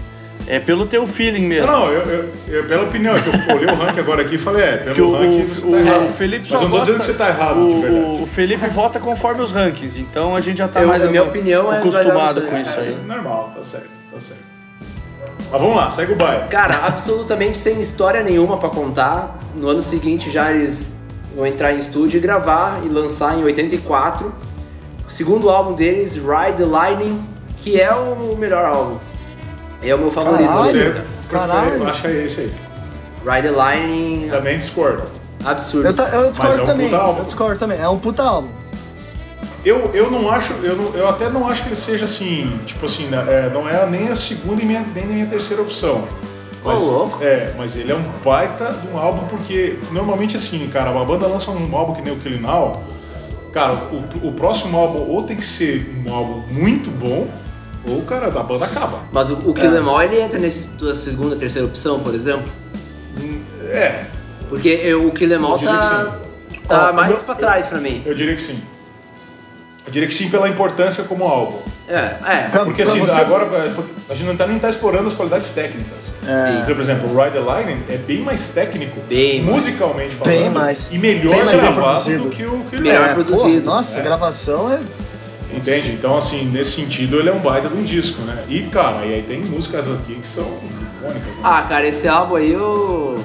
Speaker 4: É pelo teu feeling mesmo.
Speaker 3: Não, eu, eu, eu- pela opinião, é que eu olhei o ranking agora aqui e falei, é,
Speaker 4: Que
Speaker 3: pelo
Speaker 4: o,
Speaker 3: ranking
Speaker 4: o-
Speaker 3: você tá errado.
Speaker 4: o Felipe só
Speaker 3: Mas eu não tô
Speaker 4: gosta-
Speaker 3: dizendo que você tá errado,
Speaker 4: o,
Speaker 3: de verdade.
Speaker 4: o Felipe vota conforme os rankings, então a gente já tá
Speaker 1: Eu-
Speaker 4: mais
Speaker 1: a minha
Speaker 4: acom-
Speaker 1: opinião é-
Speaker 4: acostumado
Speaker 1: vai dar
Speaker 4: com
Speaker 1: isso aí.
Speaker 4: isso aí.
Speaker 3: Normal, tá certo, tá certo. Mas vamos lá, segue o baile.
Speaker 1: Cara, absolutamente sem história nenhuma pra contar. No ano seguinte já eles vão entrar em estúdio e gravar e lançar em 84. O segundo álbum deles, Ride the Lightning, que é o melhor álbum. É o meu favorito.
Speaker 2: Caralho.
Speaker 1: deles,
Speaker 3: Você
Speaker 1: cara.
Speaker 2: Caralho.
Speaker 3: prefere, acha é esse aí.
Speaker 1: Ride the Lightning,
Speaker 3: Também discordo.
Speaker 1: absurdo.
Speaker 2: Eu, ta- eu
Speaker 3: Mas
Speaker 2: discordo
Speaker 3: é um
Speaker 2: também.
Speaker 3: puta álbum.
Speaker 2: Eu discordo também. É um puta álbum.
Speaker 3: Eu, eu não acho, eu, não- eu até não acho que ele seja assim, tipo assim, né, é, não é nem a segunda e minha- nem a minha terceira opção.
Speaker 1: Ô, louco.
Speaker 3: É, mas ele é um baita de um álbum, porque normalmente assim, cara, uma banda lança um álbum que nem o Killing Now, cara, o, o próximo álbum ou tem que ser um álbum muito bom, ou, cara, da banda acaba.
Speaker 1: Mas o, o
Speaker 2: É.
Speaker 1: Kill Em All, ele entra nessa tua segunda, terceira opção, por exemplo?
Speaker 3: É,
Speaker 1: Porque eu- o Kill Em All
Speaker 3: Eu diria
Speaker 1: tá,
Speaker 3: que
Speaker 1: tá
Speaker 3: Ó,
Speaker 1: mais
Speaker 3: eu-
Speaker 1: pra trás pra mim.
Speaker 3: eu diria que sim. Eu diria que sim pela importância como álbum.
Speaker 1: É, é.
Speaker 2: Pra-
Speaker 3: Porque
Speaker 2: pra
Speaker 3: assim,
Speaker 2: você-
Speaker 3: agora é, porque a gente não tá nem tá explorando as qualidades técnicas.
Speaker 1: Sim.
Speaker 2: É.
Speaker 3: Então, por exemplo, o Ride the Lightning é bem mais técnico,
Speaker 1: Bem mais.
Speaker 3: musicalmente falando,
Speaker 2: Bem mais.
Speaker 3: e
Speaker 2: Bem
Speaker 3: melhor
Speaker 2: mais bem
Speaker 3: gravado
Speaker 2: produzido.
Speaker 3: do que o que
Speaker 1: Melhor
Speaker 2: é,
Speaker 1: produzido.
Speaker 2: porra, nossa, a gravação é.
Speaker 3: Entende? Então, assim, nesse sentido, ele é um baita de um disco, né? E, cara, e aí tem músicas aqui que são icônicas, né?
Speaker 1: Ah, cara, esse álbum aí eu...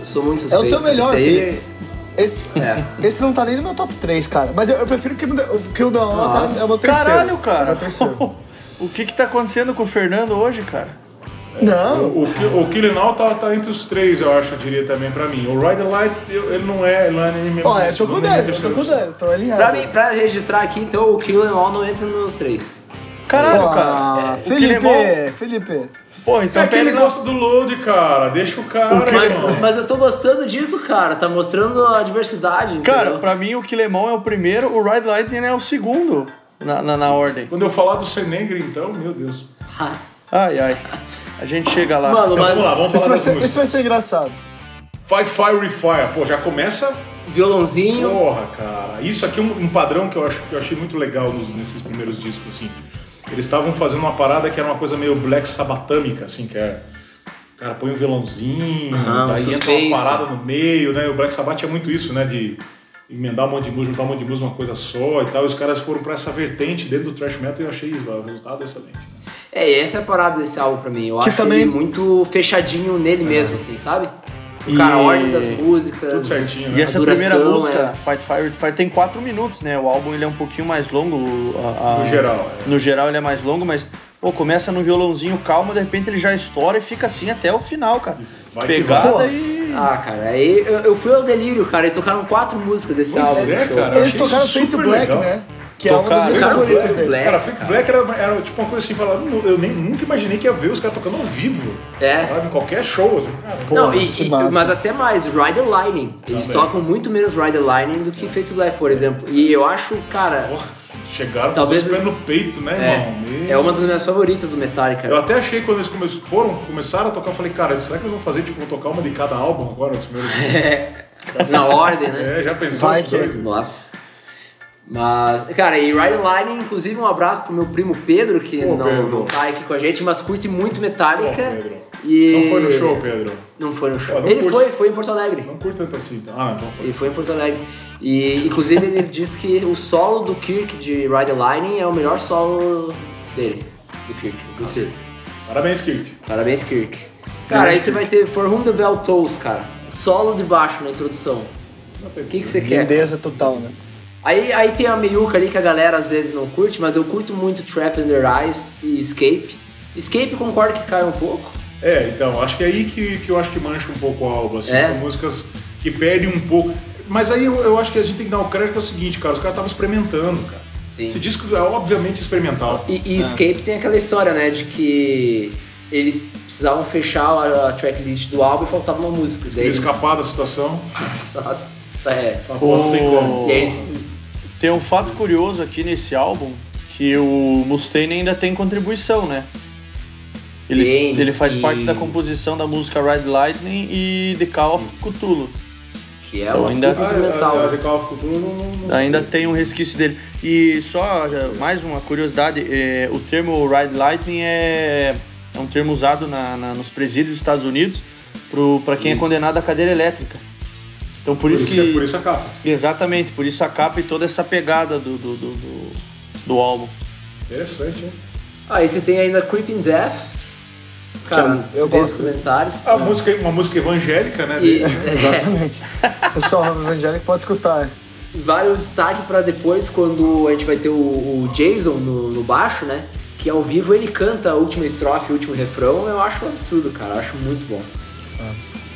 Speaker 1: eu sou muito suspeito.
Speaker 2: É teu
Speaker 1: cara.
Speaker 2: melhor,
Speaker 1: Esse aí...
Speaker 2: Felipe. Esse,
Speaker 1: É.
Speaker 2: esse não tá nem no meu top 3, cara. Mas eu, eu prefiro que o que o da tá,
Speaker 1: Nossa.
Speaker 2: é o meu terceiro.
Speaker 4: Caralho,
Speaker 2: É
Speaker 4: cara!
Speaker 2: o meu terceiro.
Speaker 4: o que que tá acontecendo com o Fernando hoje, cara?
Speaker 2: Não.
Speaker 3: O, o, o Killing Now tá, tá entre os três, eu acho, eu diria também pra mim. O Ride the Light, eu- ele não é, ele não é nem mesmo.
Speaker 2: Ó, é eu
Speaker 3: nesse
Speaker 2: tô com o
Speaker 3: segundo, nem
Speaker 2: Débora, eu
Speaker 3: terceiro. É
Speaker 2: tô com o Débora, tô alinhado.
Speaker 1: Pra, mim, pra registrar aqui, então o Kill 'Em All não entra nos três.
Speaker 4: Caralho, cara.
Speaker 2: Ah,
Speaker 4: é, o Killing Ball-
Speaker 2: Felipe, Felipe.
Speaker 4: Porra, então
Speaker 3: É que
Speaker 4: pera
Speaker 3: ele
Speaker 4: aí, não.
Speaker 3: gosta do load, cara. Deixa o cara, irmão.
Speaker 1: Mas, mas eu tô gostando disso, cara. Tá mostrando a diversidade.
Speaker 4: Cara,
Speaker 3: né?
Speaker 1: entendeu?
Speaker 4: pra mim o Kilemon é o primeiro, o Ride Lightning é o segundo na, na, na ordem.
Speaker 3: Quando eu falar do Senegre, então, meu Deus.
Speaker 4: Ai, ai. A gente chega lá.
Speaker 1: Mano,
Speaker 3: Então,
Speaker 1: mas
Speaker 3: vamos lá, vamos
Speaker 2: Esse vai,
Speaker 3: falar das
Speaker 2: ser, esse
Speaker 3: músicas.
Speaker 2: vai ser engraçado.
Speaker 3: Fight Fire Refire. Pô, já começa
Speaker 1: violãozinho.
Speaker 3: Porra, cara. Isso aqui é um, um padrão que eu, acho, que eu achei muito legal nos- nesses primeiros discos, assim. Eles estavam fazendo uma parada que era uma coisa meio black sabatâmica, assim, que é. Cara, põe um violãozinho,
Speaker 1: Aham,
Speaker 3: daí
Speaker 1: um
Speaker 3: entra
Speaker 1: suspense.
Speaker 3: uma parada no meio, né? O Black Sabbath é muito isso, né? De emendar um monte de música, juntar um monte de música, uma coisa só e tal. E os caras foram pra essa vertente dentro do thrash metal e eu achei isso, o resultado excelente.
Speaker 1: É, e essa é a parada desse álbum pra mim. Eu
Speaker 2: Que
Speaker 1: acho
Speaker 2: também-
Speaker 1: ele muito fechadinho nele mesmo, assim, sabe? O
Speaker 4: E-
Speaker 1: cara, a ordem das músicas.
Speaker 3: Tudo certinho,
Speaker 4: E
Speaker 3: né?
Speaker 4: essa
Speaker 1: duração,
Speaker 4: primeira música,
Speaker 1: é.
Speaker 4: Fight Fire Fire, tem quatro minutos, né? O álbum ele é um pouquinho mais longo. a- a-
Speaker 3: No geral, é.
Speaker 4: No geral ele é mais longo, mas pô, começa no violãozinho calmo, de repente ele já estoura e fica assim até o final, cara.
Speaker 3: vai que
Speaker 4: Pegada
Speaker 2: vai.
Speaker 4: e.
Speaker 1: Ah, cara, aí eu, eu fui ao delírio, cara. Eles tocaram quatro músicas desse
Speaker 3: Pois
Speaker 1: álbum.
Speaker 3: é,
Speaker 1: show.
Speaker 3: cara. Eu
Speaker 2: Eles
Speaker 3: achei
Speaker 2: tocaram
Speaker 3: isso
Speaker 2: Feito
Speaker 3: super
Speaker 2: Black,
Speaker 3: legal.
Speaker 2: né? Que é uma das
Speaker 4: Tocaram
Speaker 2: minhas
Speaker 1: Fake
Speaker 2: favoritas,
Speaker 1: Black.
Speaker 2: velho.
Speaker 3: Cara, Fake Black era, era tipo uma coisa assim, falar, "Nu- eu nem, nunca imaginei que ia ver os caras tocando ao vivo.
Speaker 1: É.
Speaker 3: Sabe, em qualquer show. Assim, cara,
Speaker 1: Não,
Speaker 2: Porra,
Speaker 1: e-
Speaker 2: que
Speaker 1: e-
Speaker 2: massa.
Speaker 1: mas até mais, Ride the Lightning. Eles
Speaker 3: Também.
Speaker 1: tocam muito menos Ride the Lightning do que Fate Black, por exemplo. E eu acho, cara,
Speaker 3: porra, chegaram
Speaker 1: Talvez-
Speaker 3: com os pés no peito, né, irmão?
Speaker 1: é,
Speaker 3: Meu-
Speaker 1: é uma das minhas favoritas do Metallica. né?
Speaker 3: Eu até achei quando eles come- foram, começaram a tocar, eu falei, cara, será que eles vão fazer, tipo, vão tocar uma de cada álbum agora, os primeiros
Speaker 1: Na ordem, né?
Speaker 3: É, já pensou?
Speaker 2: Vai que-
Speaker 3: doido?
Speaker 1: Nossa. Mas, cara, e Ride Lightning, inclusive um abraço pro meu primo Pedro, que
Speaker 3: Ô,
Speaker 1: não,
Speaker 3: Pedro.
Speaker 1: não tá aqui com a gente, mas curte muito
Speaker 3: Pô,
Speaker 1: Metallica.
Speaker 3: Pedro.
Speaker 1: e...
Speaker 3: Não foi no show, Pedro.
Speaker 1: Não foi no show.
Speaker 3: Ó, não
Speaker 1: ele
Speaker 3: curte.
Speaker 1: foi, foi em Porto Alegre.
Speaker 3: Não curto tanto assim. Ah, não, então foi.
Speaker 1: Ele foi em Porto Alegre. E, inclusive, ele disse que o solo do Kirk de Ride the Lightning é o melhor solo dele. Do Kirk, no caso.
Speaker 3: Kirk. Parabéns, Kirt.
Speaker 1: Parabéns, Kirk. Cara, aí você vai ter For Whom the Bell Tolls, cara. Solo de baixo na introdução.
Speaker 3: Não tem
Speaker 1: O é que, que você quer?
Speaker 2: Lindeza total, né?
Speaker 1: Aí, aí tem a meiuca ali que a galera às vezes não curte, mas eu curto muito Trap in Their Eyes e Escape. Escape concordo que cai um pouco.
Speaker 3: É, então, acho que é aí que, que eu acho que mancha um pouco o álbum, assim,
Speaker 1: É?
Speaker 3: são músicas que perdem um pouco. Mas aí eu, eu acho que a gente tem que dar o crédito que é o seguinte, cara, os caras estavam experimentando, cara.
Speaker 1: Sim.
Speaker 3: Esse disco é obviamente experimental.
Speaker 1: E, e Escape tem aquela história, né, de que eles precisavam fechar a, a tracklist do álbum e faltava uma música. Daí
Speaker 3: Ele
Speaker 1: Eles
Speaker 3: escapar da situação,
Speaker 1: Nossa, é.
Speaker 3: fala, pô, não tem como.
Speaker 1: E aí eles
Speaker 4: Tem um fato curioso aqui nesse álbum que o Mustaine ainda tem contribuição, né? Ele,
Speaker 1: Tem,
Speaker 4: ele faz
Speaker 1: e-
Speaker 4: parte da composição da música Ride Lightning e The Call of Cthulhu.
Speaker 1: Que é
Speaker 4: Então,
Speaker 1: uma
Speaker 4: ainda-
Speaker 1: puta instrumental,
Speaker 3: Ah, é, é,
Speaker 1: né?
Speaker 3: The Call of Cthulhu não- não- não-
Speaker 4: Ainda tem um resquício dele. E só eh, mais uma curiosidade: eh, o termo Ride Lightning é, é um termo usado na- na- nos presídios dos Estados Unidos para quem é
Speaker 1: Isso.
Speaker 4: condenado à cadeira elétrica. Então,
Speaker 3: Por
Speaker 4: por, isso,
Speaker 3: isso,
Speaker 4: que.
Speaker 3: que- é por isso a capa.
Speaker 4: Exatamente, por isso a capa e toda essa pegada do, do, do, do- do álbum.
Speaker 3: Interessante, hein?
Speaker 1: Aí você tem ainda Creeping Death. Cara,
Speaker 2: eu
Speaker 1: você tem os
Speaker 2: gosto.
Speaker 1: comentários.
Speaker 3: A Ah, música, uma música evangélica, né?
Speaker 1: E,
Speaker 3: dele, né?
Speaker 2: Exatamente. Pessoal evangélico pode escutar.
Speaker 1: Vale o destaque pra depois, quando a gente vai ter o, o Jason no, no baixo, né? Que ao vivo ele canta a última estrofe, o último refrão. Eu acho um absurdo, cara. Eu acho muito bom.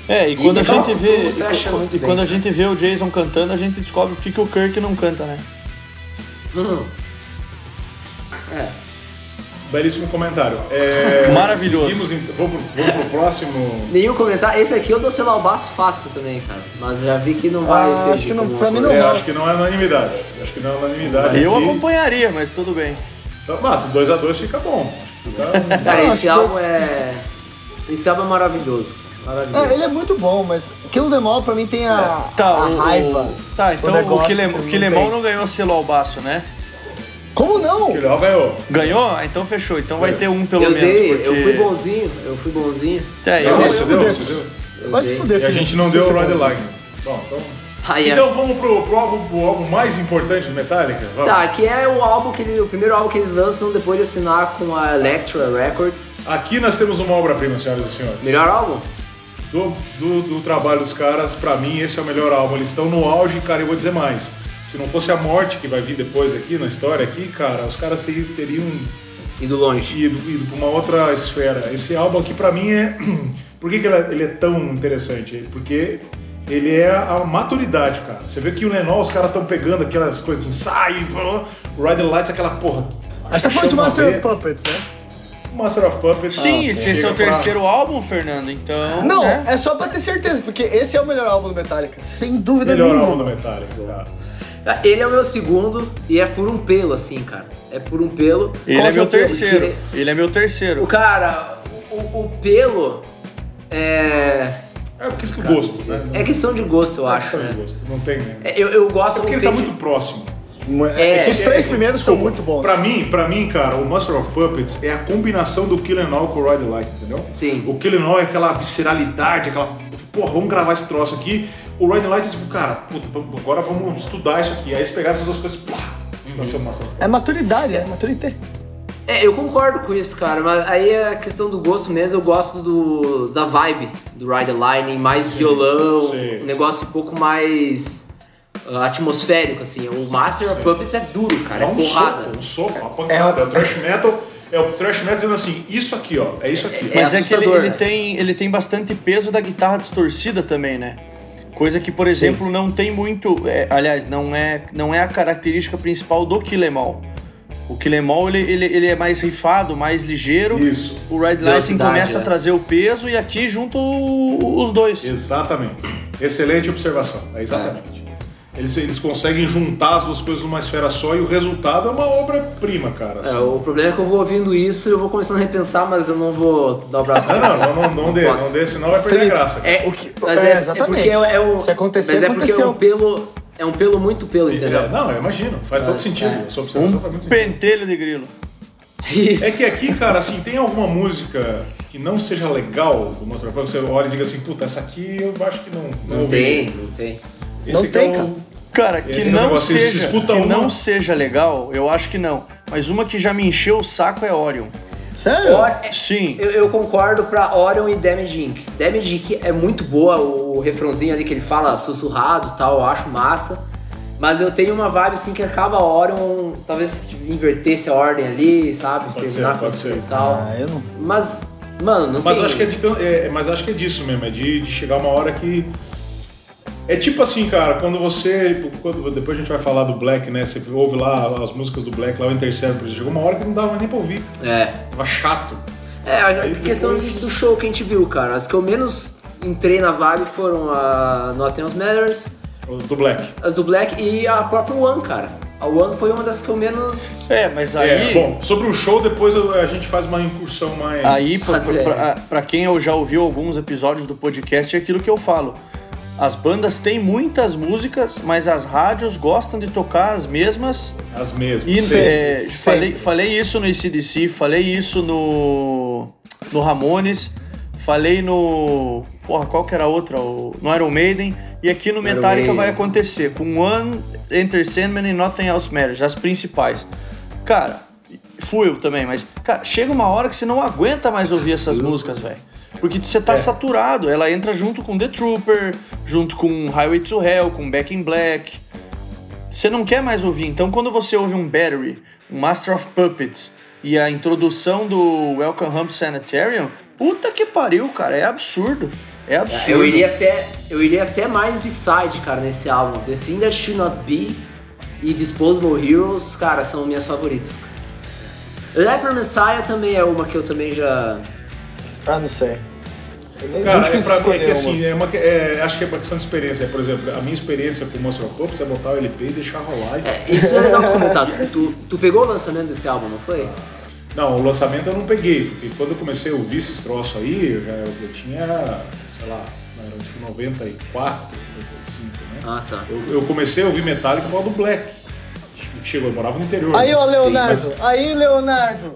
Speaker 4: É, e quando a
Speaker 1: então,
Speaker 4: gente
Speaker 1: tudo
Speaker 4: vê.
Speaker 1: fecha
Speaker 4: e co-
Speaker 1: muito
Speaker 4: e
Speaker 1: bem,
Speaker 4: quando a
Speaker 1: cara.
Speaker 4: gente vê o Jason cantando, a gente descobre por que que o Kirk não canta, né?
Speaker 1: Hum. É.
Speaker 3: Belíssimo comentário. É,
Speaker 4: Maravilhoso.
Speaker 3: seguimos, então. vamos, pro, vamos pro próximo.
Speaker 1: Nenhum comentário. Esse aqui eu dou selabaço fácil também, cara. Mas já vi que não vai
Speaker 2: Ah,
Speaker 1: ser. tipo
Speaker 2: acho que não-
Speaker 1: como
Speaker 2: pra mim não
Speaker 3: É,
Speaker 2: rola.
Speaker 3: acho que não é unanimidade. Acho que não é unanimidade.
Speaker 4: Eu
Speaker 3: aqui.
Speaker 4: acompanharia, mas tudo bem.
Speaker 3: Então, Mato, 2x2 fica bom. Então, Acho que dá-
Speaker 1: Cara,
Speaker 2: Não, acho
Speaker 1: esse
Speaker 2: que
Speaker 1: álbum
Speaker 2: esse-
Speaker 1: é. Esse álbum é maravilhoso, cara. Maravilhoso.
Speaker 2: É, ele é muito bom, mas Kill Them All pra mim tem a,
Speaker 4: Tá,
Speaker 2: a
Speaker 4: o- o-
Speaker 2: raiva.
Speaker 4: Tá, então o,
Speaker 2: negócio
Speaker 4: Quilem-
Speaker 2: que
Speaker 4: o
Speaker 2: não
Speaker 4: Quilemão
Speaker 2: tem.
Speaker 4: não, ganhou selo ao baço, né?
Speaker 2: Como não?
Speaker 3: Ele ó, ganhou.
Speaker 4: Ganhou? Ah, Então fechou. Então vai ter um pelo
Speaker 1: eu
Speaker 4: menos.
Speaker 1: dei,
Speaker 4: porque...
Speaker 1: eu fui bonzinho, eu fui bonzinho.
Speaker 4: É,
Speaker 3: Não,
Speaker 4: eu-
Speaker 2: eu-
Speaker 3: você
Speaker 2: eu-
Speaker 3: deu,
Speaker 2: eu-
Speaker 3: você deu.
Speaker 1: Eu
Speaker 2: Vai se
Speaker 1: dei.
Speaker 2: fuder,
Speaker 3: E a
Speaker 2: Felipe.
Speaker 3: gente não
Speaker 2: Se
Speaker 3: deu
Speaker 2: você
Speaker 3: o Ride
Speaker 2: consegue.
Speaker 3: Line. Bom, então.
Speaker 1: Aí, é.
Speaker 3: Então vamos pro, pro álbum, pro álbum mais importante do Metallica?
Speaker 1: ó.
Speaker 3: Vamos.
Speaker 1: Tá, que é o álbum que ele- o primeiro álbum que eles lançam depois de assinar com a Elektra Records.
Speaker 3: Aqui nós temos uma obra-prima, senhoras e senhores.
Speaker 1: Melhor álbum?
Speaker 3: Do, do, do trabalho dos caras, pra mim, esse é o melhor álbum. Eles estão no auge, cara, eu vou dizer mais. Se não fosse a morte que vai vir depois aqui na história aqui, cara, os caras teriam, teriam
Speaker 1: Ido longe.
Speaker 3: ido, ido para uma outra esfera. Esse álbum aqui, para mim, é. Por que, que ela- ele é tão interessante? Porque ele é a maturidade, cara. Você vê que o Lennon, os caras estão pegando aquelas coisas de ensaio, blá, blá, blá. Ride the Lights, aquela porra.
Speaker 2: A gente tá falando de Master of Puppets, né?
Speaker 3: Master of Puppets.
Speaker 4: Sim,
Speaker 3: Ah,
Speaker 4: esse, esse é o
Speaker 3: pra-
Speaker 4: terceiro álbum, Fernando, então.
Speaker 2: Não,
Speaker 4: né?
Speaker 2: é só pra ter certeza, porque esse é o melhor álbum do Metallica, sem dúvida
Speaker 3: Melhor
Speaker 2: nenhuma.
Speaker 3: álbum do Metallica, cara.
Speaker 1: Ele é o meu segundo e é por um pelo, assim, cara. É por um pelo.
Speaker 4: Ele
Speaker 1: Qual
Speaker 4: é
Speaker 1: que
Speaker 4: meu
Speaker 1: o pelo?
Speaker 4: terceiro.
Speaker 1: Porque-
Speaker 4: Ele é meu
Speaker 1: O
Speaker 4: terceiro.
Speaker 1: cara, o, o pelo é.
Speaker 3: É questão do gosto, né?
Speaker 1: É questão de gosto, eu
Speaker 3: É
Speaker 1: acho,
Speaker 3: questão de
Speaker 1: né?
Speaker 3: gosto. Não tem. né?
Speaker 1: É, Eu, eu gosto
Speaker 3: Porque
Speaker 1: do
Speaker 3: ele tá
Speaker 1: Fade-
Speaker 3: muito próximo.
Speaker 2: É, que os três primeiros são
Speaker 3: Desculpa,
Speaker 2: muito bons.
Speaker 3: Pra mim, pra mim, cara, o Master of Puppets é a combinação do Kill 'Em All com o Ride the Light, entendeu?
Speaker 1: Sim.
Speaker 3: O Kill 'Em All é aquela visceralidade, aquela. Porra, vamos gravar esse troço aqui. O Ride the Light é tipo, cara, puta, vamos- agora vamos estudar isso aqui. Aí eles pegaram essas duas coisas, pá, nasceu o Master of Puppets.
Speaker 2: É maturidade, é maturidade.
Speaker 1: É, eu concordo com isso, cara, mas aí é a questão do gosto mesmo, eu gosto do, da vibe do Ride the Line, mais violão,
Speaker 3: sim,
Speaker 1: um negócio um pouco mais ah, atmosférico, assim. O Master of Puppets é duro, cara, é,
Speaker 3: um
Speaker 1: porrada.
Speaker 3: soco, um soco, uma pancada. É o thrash metal, é o thrash metal dizendo assim, isso aqui, ó, é isso aqui.
Speaker 4: Mas é, que ele,
Speaker 1: assustador,
Speaker 4: ele
Speaker 1: né?
Speaker 4: tem, ele tem bastante peso da guitarra distorcida também, né? Coisa que, por exemplo, não tem muito. é, aliás, não é, não é a característica principal do Killemall. O Killemall ele, ele, ele é mais rifado, mais ligeiro.
Speaker 3: Isso.
Speaker 4: O Red Lighting
Speaker 1: Velocidade,
Speaker 4: começa a
Speaker 1: é.
Speaker 4: trazer o peso e aqui junto o- os dois.
Speaker 3: Exatamente. Excelente observação. É exatamente. Eles, eles conseguem juntar as duas coisas numa esfera só e o resultado é uma obra-prima, cara.
Speaker 1: É,
Speaker 3: assim.
Speaker 1: o problema é que eu vou ouvindo isso e eu vou começando a repensar, mas eu não vou dar o braço pra
Speaker 3: Ah, Não,
Speaker 1: torcer.
Speaker 3: não, não, não, não dê,
Speaker 1: posso.
Speaker 3: não dê, senão vai perder a
Speaker 2: Felipe,
Speaker 3: graça. cara.
Speaker 1: É,
Speaker 2: O que-
Speaker 1: mas
Speaker 2: é,
Speaker 1: é, é
Speaker 2: exatamente.
Speaker 1: porque é, é um,
Speaker 2: Se acontecer,
Speaker 1: mas é porque é
Speaker 2: aconteceu.
Speaker 1: um pelo, é um pelo muito pelo, entendeu?
Speaker 3: É, não, eu imagino, faz todo sentido. A sua observação faz muito sentido.
Speaker 4: Pentelho de grilo.
Speaker 1: Isso.
Speaker 3: É que aqui, cara, assim, tem alguma música que não seja legal do Monster Punk, você olha e diga assim, puta, essa aqui eu acho que não.
Speaker 1: Não
Speaker 3: ouvi.
Speaker 1: tem, não tem.
Speaker 3: Esse
Speaker 2: Não
Speaker 3: aqui é
Speaker 2: tem,
Speaker 3: o-
Speaker 2: cara.
Speaker 4: Cara, que
Speaker 3: Esse
Speaker 4: não
Speaker 3: negócio, se
Speaker 4: seja,
Speaker 3: escuta
Speaker 4: que
Speaker 3: ou não?
Speaker 4: não seja legal, eu acho que não. Mas uma que já me encheu o saco é Orion.
Speaker 2: Sério?
Speaker 1: Or- é-
Speaker 4: Sim.
Speaker 1: Eu, eu concordo pra Orion e Damage Inc. Damage Inc. é muito boa, o refrãozinho ali que ele fala sussurrado e tal, eu acho massa. Mas eu tenho uma vibe assim que acaba a Orion, talvez se invertesse a ordem ali, sabe?
Speaker 3: Pode ser,
Speaker 1: Terminar com
Speaker 3: pode
Speaker 1: isso
Speaker 3: ser. é.
Speaker 1: e tal.
Speaker 2: Ah, eu não.
Speaker 1: Mas, mano, não
Speaker 3: Mas
Speaker 1: tem.
Speaker 3: acho que é, de- é- mas acho que é disso mesmo, é de, de chegar uma hora que. É tipo assim, cara, quando você. quando- depois a gente vai falar do Black, né? Você ouve lá as músicas do Black, lá o Intercept, chegou uma hora que não dava mais nem pra ouvir.
Speaker 1: É.
Speaker 3: Tava chato.
Speaker 1: É, a
Speaker 3: Aí
Speaker 1: questão
Speaker 3: depois-
Speaker 1: de- do show que a gente viu, cara. As que eu menos entrei na vibe foram a No Athens Matters,
Speaker 3: Do Black.
Speaker 1: as do Black e a própria One, cara. A One foi uma das que eu menos.
Speaker 4: É, mas
Speaker 3: É,
Speaker 4: aí.
Speaker 3: bom, é sobre o show, depois eu- a gente faz uma incursão mais.
Speaker 4: Aí, pra,
Speaker 1: Fazer.
Speaker 4: pra- pra quem eu já ouviu alguns episódios do podcast, é aquilo que eu falo. As bandas têm muitas músicas, mas as rádios gostam de tocar as mesmas.
Speaker 3: As mesmas.
Speaker 4: E
Speaker 3: Sempre.
Speaker 4: é,
Speaker 2: sempre.
Speaker 4: falei, falei isso no ICDC, falei isso no, no Ramones, falei no. Porra, qual que era a outra? O- no Iron Maiden. E aqui no
Speaker 1: Iron
Speaker 4: Metallica
Speaker 1: Maiden.
Speaker 4: vai acontecer com One, Enter Sandman e Nothing Else Matters, as principais. Cara, fui eu também, mas cara, chega uma hora que você não aguenta mais ouvir essas músicas, velho. Porque você
Speaker 1: É.
Speaker 4: tá saturado. Ela entra junto com The Trooper, junto com Highway to Hell, com Back in Black. Você não quer mais ouvir. Então, quando você ouve um Battery, um Master of Puppets e a introdução do Welcome Home Sanitarium, puta que pariu, cara. É absurdo. É absurdo.
Speaker 1: Eu iria até, eu iria até mais B-side, cara, nesse álbum. The Thing That Should Not Be e Disposable Heroes, cara, são minhas favoritas. Leper Messiah também é uma que eu também já.
Speaker 2: Ah, não sei. É
Speaker 3: Cara,
Speaker 2: muito
Speaker 3: é,
Speaker 2: difícil
Speaker 3: pra mim, é
Speaker 2: escolher
Speaker 3: que assim,
Speaker 2: uma.
Speaker 3: é uma, que- é, acho que é uma questão de experiência. Por exemplo, a minha experiência com o Monster of Puppets é botar o LP e deixar rolar. E...
Speaker 1: É, isso é legal pra comentar. Tu, tu pegou o lançamento desse álbum, não foi?
Speaker 3: Não, o lançamento eu não peguei, porque quando eu comecei a ouvir esses troços aí, eu, já, eu tinha, sei lá, era de 94, 95, né?
Speaker 1: Ah, tá.
Speaker 3: Eu, eu comecei a ouvir Metallica por causa do Black. que Chegou, eu morava no interior.
Speaker 2: Aí, ó, Leonardo.
Speaker 3: é- Sim,
Speaker 2: Aí, Leonardo.